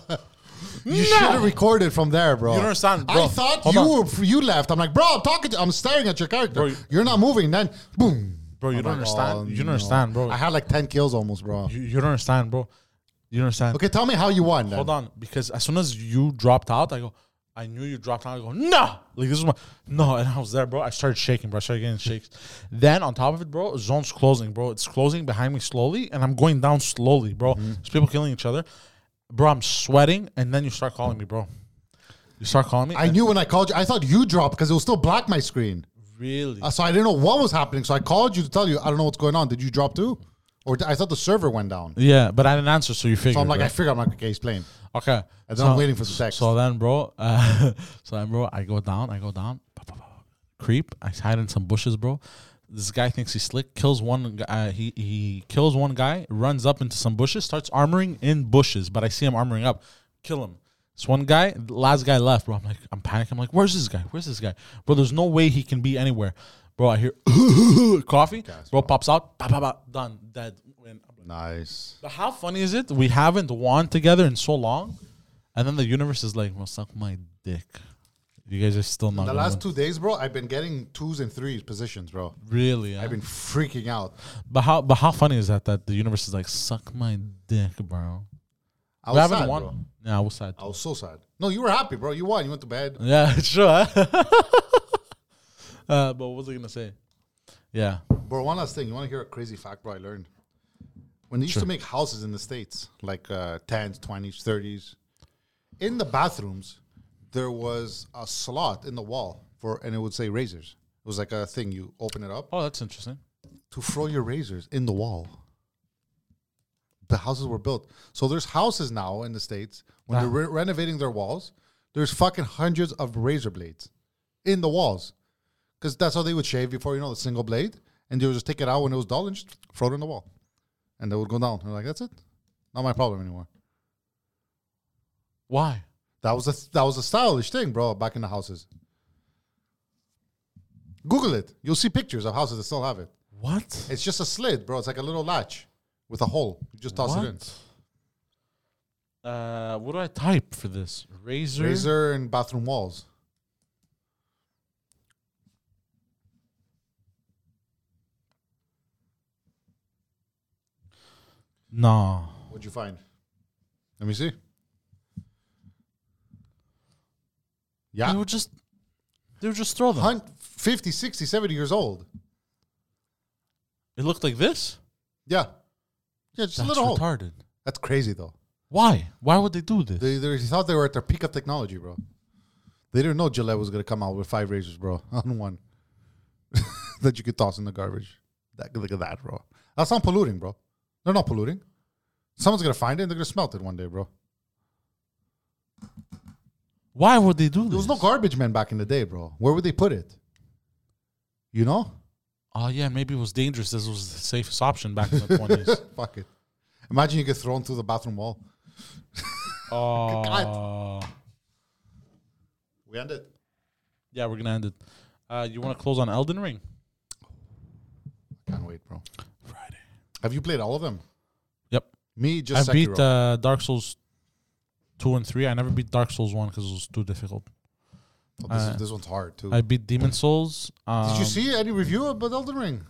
Speaker 2: You should have recorded from there, bro.
Speaker 1: You don't understand, bro.
Speaker 2: I thought
Speaker 1: Hold
Speaker 2: you
Speaker 1: on.
Speaker 2: were, you left. I'm like, bro, I'm talking. To, I'm staring at your character.
Speaker 1: Bro, you-
Speaker 2: You're not moving. Then boom,
Speaker 1: Bro, you
Speaker 2: I'm
Speaker 1: don't
Speaker 2: like,
Speaker 1: understand.
Speaker 2: oh,
Speaker 1: you don't
Speaker 2: no.
Speaker 1: understand, bro.
Speaker 2: I had like ten kills almost, bro.
Speaker 1: you, you don't understand, bro. You don't understand.
Speaker 2: Okay, tell me how you won. Then.
Speaker 1: Hold on, because as soon as you dropped out, I go, I knew you dropped out. I go, no, like this is my no, and I was there, bro. I started shaking, bro. I started getting shakes. Then on top of it, bro, zone's closing, bro. It's closing behind me slowly, and I'm going down slowly, bro.
Speaker 2: Mm-hmm.
Speaker 1: There's people killing each other, bro. I'm sweating, and then you start calling me, bro. You start calling me.
Speaker 2: I knew when I called you. I thought you dropped because it was still black my screen,
Speaker 1: really.
Speaker 2: Uh, so I didn't know what was happening. So I called you to tell you I don't know what's going on. Did you drop too? Or I thought the server went down.
Speaker 1: yeah, but I didn't answer, so you figured.
Speaker 2: So I'm like, I
Speaker 1: right?
Speaker 2: figured I'm like, okay, he's playing.
Speaker 1: Okay.
Speaker 2: And then I'm waiting for the text.
Speaker 1: So then, bro, uh, so then, bro, I go down, I go down, pa- pa- pa- creep. I hide in some bushes, bro. This guy thinks he's slick. Kills one. gu- Uh, he he kills one guy. Runs up into some bushes. Starts armoring in bushes. But I see him armoring up. Kill him. This one guy, the last guy left, bro. I'm like, I'm panicking. I'm like, where's this guy? Where's this guy, bro? There's no way he can be anywhere, bro. I hear coffee, bro. Pops out, pa- pa- pa, done, dead. And I'm like,
Speaker 2: Nice.
Speaker 1: but how funny is it? We haven't won together in so long, and then the universe is like, "Well, suck my dick." You guys are still not.
Speaker 2: The
Speaker 1: gonna
Speaker 2: last
Speaker 1: win."
Speaker 2: two days, bro, I've been getting twos and threes positions, bro.
Speaker 1: really. eh?
Speaker 2: I've been freaking out.
Speaker 1: but how? But how funny is that? That the universe is like, "Suck my dick, bro."
Speaker 2: I
Speaker 1: We
Speaker 2: was
Speaker 1: haven't
Speaker 2: sad,
Speaker 1: won.
Speaker 2: bro.
Speaker 1: Yeah, I was sad.
Speaker 2: I was so sad. No, you were happy, bro. You won. You went to bed.
Speaker 1: Yeah, sure. uh, but what was I gonna say? Yeah.
Speaker 2: Bro, one last thing. You want to hear a crazy fact, bro? I learned. When they used to make houses in the States, like uh, 10s, 20s, 30s, in the bathrooms, there was a slot in the wall for, and it would say razors. It was like a thing. You open it up
Speaker 1: Oh, that's interesting.
Speaker 2: to throw your razors in the wall. The houses were built. So there's houses now in the States, when they're re- renovating their walls, there's fucking hundreds of razor blades in the walls. Because that's how they would shave before, you know, the single blade. And they would just take it out when it was dull and just throw it in the wall. And they would go down. And like, that's it. Not my problem anymore.
Speaker 1: Why?
Speaker 2: That was a that was a stylish thing, bro, back in the houses. Google it. You'll see pictures of houses that still have it.
Speaker 1: What?
Speaker 2: It's just a slit, bro. It's like a little latch with a hole. You just toss it in.
Speaker 1: What? Uh, what do I type for this? Razor.
Speaker 2: Razor and bathroom walls.
Speaker 1: Nah.
Speaker 2: What'd you find? Let me see. Yeah.
Speaker 1: They would just. They would just throw them.
Speaker 2: Hunt 50, 60, 70 years old.
Speaker 1: It looked like this.
Speaker 2: Yeah. Yeah, just a
Speaker 1: That's
Speaker 2: little hole.
Speaker 1: retarded.
Speaker 2: That's crazy though.
Speaker 1: Why? Why would they do this?
Speaker 2: They, they thought they were at their peak of technology, bro. They didn't know Gillette was gonna come out with five razors, bro, on one that you could toss in the garbage. That, look at that, bro. That's not polluting, bro. They're not polluting. Someone's gonna find it. and They're gonna smelt it one day, bro.
Speaker 1: Why would they do this?
Speaker 2: There was no garbage man back in the day, bro. Where would they put it? You know?
Speaker 1: Oh yeah, maybe it was dangerous. This was the safest option back in the twenties.
Speaker 2: Fuck it. Imagine you get thrown through the bathroom wall.
Speaker 1: Oh.
Speaker 2: We end it.
Speaker 1: Yeah, we're gonna end it. Uh, you want to close on Elden Ring?
Speaker 2: Can't wait, bro.
Speaker 1: Friday.
Speaker 2: Have you played all of them?
Speaker 1: Yep.
Speaker 2: Me, just
Speaker 1: I
Speaker 2: Sekiro.
Speaker 1: beat uh, Dark Souls two and three. I never beat Dark Souls one because it was too difficult.
Speaker 2: Oh, this,
Speaker 1: uh,
Speaker 2: is, this one's hard too.
Speaker 1: I beat Demon Souls. Um,
Speaker 2: Did you see any review about Elden Ring?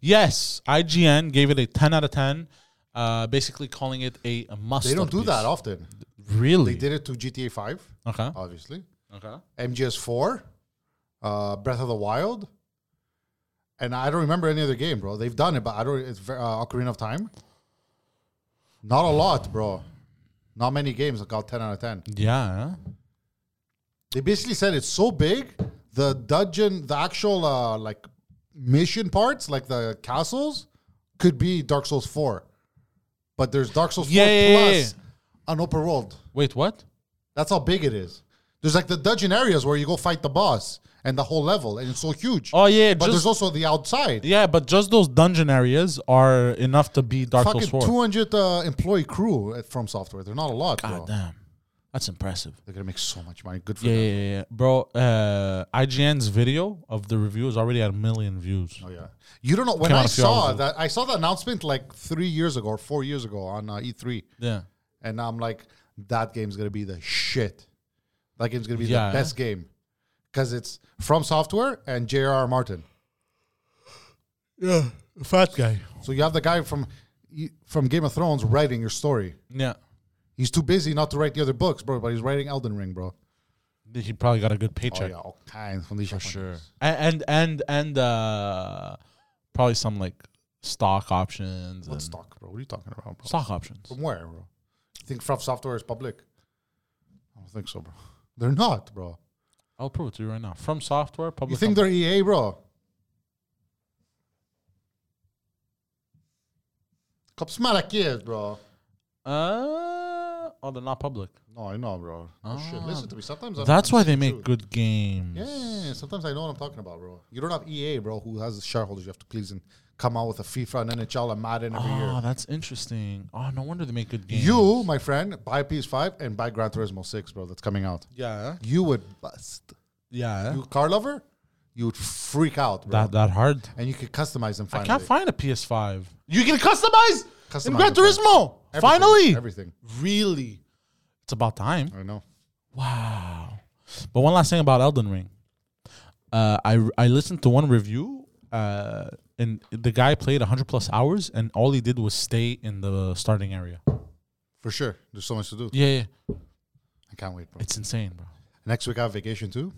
Speaker 1: Yes, IGN gave it a ten out of ten. Uh, basically calling it a, a must.
Speaker 2: They don't do that often.
Speaker 1: Really?
Speaker 2: They did it to GTA 5,
Speaker 1: Okay.
Speaker 2: obviously.
Speaker 1: Okay.
Speaker 2: MGS 4, uh, Breath of the Wild, and I don't remember any other game, bro. They've done it, but I don't. It's ver- uh, Ocarina of Time. Not a lot, bro. Not many games that got ten out of ten.
Speaker 1: Yeah.
Speaker 2: They basically said it's so big, the dungeon, the actual uh, like mission parts, like the castles, could be Dark Souls Four, but there's Dark Souls
Speaker 1: Yeah,
Speaker 2: Four
Speaker 1: yeah, yeah,
Speaker 2: plus an open world.
Speaker 1: Wait, what?
Speaker 2: That's how big it is. There's like the dungeon areas where you go fight the boss and the whole level, and it's so huge.
Speaker 1: Oh yeah,
Speaker 2: but
Speaker 1: just
Speaker 2: there's also the outside.
Speaker 1: yeah, but just those dungeon areas are enough to be Dark Souls
Speaker 2: Fucking
Speaker 1: four.
Speaker 2: 200 uh, employee crew at From Software. They're not a lot, bro.
Speaker 1: God damn, that's impressive.
Speaker 2: They're gonna make so much money. Good for
Speaker 1: Yeah,
Speaker 2: them.
Speaker 1: yeah, yeah, yeah. bro. Uh, IGN's video of the review is already at a million views.
Speaker 2: Oh yeah. You don't know when
Speaker 1: Came out
Speaker 2: I
Speaker 1: a few
Speaker 2: saw
Speaker 1: hours ago.
Speaker 2: that. I saw the announcement like three years ago or four years ago on uh, E3,
Speaker 1: Yeah,
Speaker 2: and I'm like, that game's gonna be the shit. That game's gonna be
Speaker 1: Yeah.
Speaker 2: the best game because it's From Software and J.R.R. Martin.
Speaker 1: yeah, fat guy.
Speaker 2: So you have the guy from you- from Game of Thrones writing your story.
Speaker 1: Yeah,
Speaker 2: He's too busy not to write the other books, bro. But he's writing Elden Ring, bro.
Speaker 1: he probably got a good paycheck.
Speaker 2: Oh, yeah, all kinds from these companies.
Speaker 1: A- and and and uh, probably some like stock options.
Speaker 2: What
Speaker 1: and-
Speaker 2: stock, bro? What are you talking about, bro?
Speaker 1: Stock options.
Speaker 2: From where, bro? You think From Software is public? I don't think so, bro. They're not, bro.
Speaker 1: I'll prove it to you right now. From software, public.
Speaker 2: You think
Speaker 1: company.
Speaker 2: they're EA, bro? Cop smart kids, bro.
Speaker 1: Uh, oh, they're not public.
Speaker 2: No, I know, bro. No shit.
Speaker 1: Ah.
Speaker 2: Listen to me. Sometimes I don't
Speaker 1: That's why they
Speaker 2: understand the
Speaker 1: make
Speaker 2: truth.
Speaker 1: good games.
Speaker 2: Yeah, yeah, yeah. sometimes I know what I'm talking about, bro. You don't have EA, bro, who has shareholders you have to please and come out with a FIFA and NHL and Madden every year.
Speaker 1: Oh, that's interesting. Oh, no wonder they make good games.
Speaker 2: You, my friend, buy PS5 and buy Gran Turismo 6, bro. That's coming out.
Speaker 1: yeah,
Speaker 2: You would bust.
Speaker 1: yeah.
Speaker 2: You car lover, you would freak out, bro.
Speaker 1: that that hard.
Speaker 2: and you could customize them
Speaker 1: I
Speaker 2: finally.
Speaker 1: can't find a PS5. You can customize.
Speaker 2: Customize
Speaker 1: in Gran
Speaker 2: the price.
Speaker 1: Turismo.
Speaker 2: Everything,
Speaker 1: Finally,
Speaker 2: everything.
Speaker 1: really, it's about time.
Speaker 2: I know.
Speaker 1: Wow. But one last thing about Elden Ring. Uh, I I listened to one review, uh, and the guy played 100 plus hours, and all he did was stay in the starting area.
Speaker 2: For sure. There's so much to do.
Speaker 1: Yeah, yeah.
Speaker 2: I can't wait, bro.
Speaker 1: it's insane, bro.
Speaker 2: Next week I have vacation too.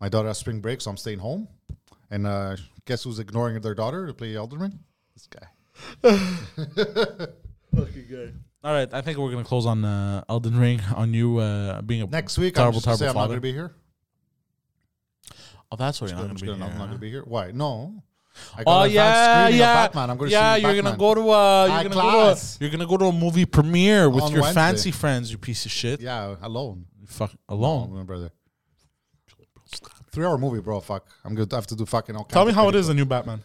Speaker 2: My daughter has spring break, so I'm staying home. And uh, guess who's ignoring their daughter to play Elden Ring? This guy.
Speaker 1: All right, I think we're gonna close on uh, Elden Ring on you uh, being a
Speaker 2: Next week,
Speaker 1: Terrible,
Speaker 2: I'm just gonna
Speaker 1: terrible
Speaker 2: say I'm not
Speaker 1: father.
Speaker 2: going to be here.
Speaker 1: Oh, that's why you're
Speaker 2: I'm
Speaker 1: not
Speaker 2: just
Speaker 1: gonna be
Speaker 2: gonna- I'm
Speaker 1: here.
Speaker 2: not going to be here. Why? No. I
Speaker 1: Oh
Speaker 2: an advanced
Speaker 1: yeah,
Speaker 2: screening of
Speaker 1: yeah,
Speaker 2: Batman. I'm going to
Speaker 1: yeah.
Speaker 2: see
Speaker 1: You're
Speaker 2: Batman.
Speaker 1: gonna go to a you're
Speaker 2: High
Speaker 1: gonna go to
Speaker 2: class.
Speaker 1: a, you're gonna go to a movie premiere with
Speaker 2: On
Speaker 1: your
Speaker 2: Wednesday.
Speaker 1: fancy friends. You piece of shit.
Speaker 2: Yeah, alone.
Speaker 1: You fuck
Speaker 2: Oh,
Speaker 1: alone.
Speaker 2: my brother. Three hour movie, bro. Fuck. I'm going to have to do fucking all
Speaker 1: Tell
Speaker 2: kinds
Speaker 1: me
Speaker 2: of
Speaker 1: how it
Speaker 2: crazy-
Speaker 1: is the new Batman.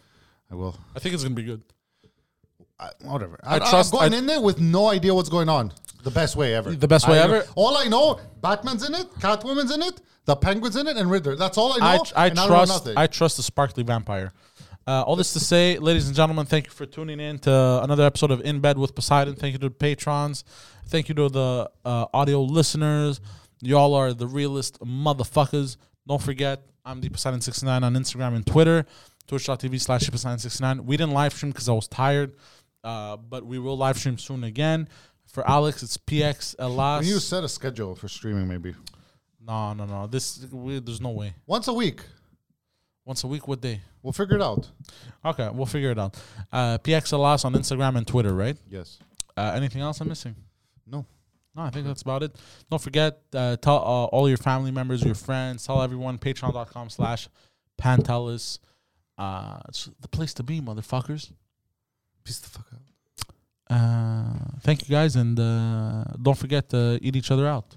Speaker 2: I will.
Speaker 1: I think it's gonna be good.
Speaker 2: I, whatever. I,
Speaker 1: trust-
Speaker 2: trust. I'm going
Speaker 1: I-
Speaker 2: in there with no idea what's going on. The best way ever.
Speaker 1: The best way
Speaker 2: I-
Speaker 1: ever?
Speaker 2: All I know, Batman's in it, Catwoman's in it, the Penguin's in it, and Riddler. That's all I know.
Speaker 1: I I
Speaker 2: and don't know
Speaker 1: trust
Speaker 2: nothing.
Speaker 1: I trust the sparkly vampire. Uh, all this to say, ladies and gentlemen, thank you for tuning in to another episode of In Bed with Poseidon. Thank you to the patrons. Thank you to the uh, audio listeners. Y'all are the realest motherfuckers. Don't forget, I'm the Poseidon69 on Instagram and Twitter, twitch.tv slash Poseidon69. We didn't live stream because I was tired, uh, but we will live stream soon again. For Alex, it's PX
Speaker 2: Can you
Speaker 1: Alas.
Speaker 2: set a schedule for streaming, maybe
Speaker 1: No, no, no. This we, there's no way.
Speaker 2: once a week.
Speaker 1: Once a week, what day?
Speaker 2: We'll figure it out.
Speaker 1: Okay, we'll figure it out. Uh, PX Alas on Instagram and Twitter, right?
Speaker 2: Yes.
Speaker 1: Uh, anything else I'm missing?
Speaker 2: No.
Speaker 1: No, I think that's about it. Don't forget, uh, tell uh, all your family members, your friends, tell everyone, patreon.com slash Pantelis. Uh, it's the place to be, motherfuckers.
Speaker 2: Peace the fuck out.
Speaker 1: Uh, thank you guys, and uh, don't forget to eat each other out.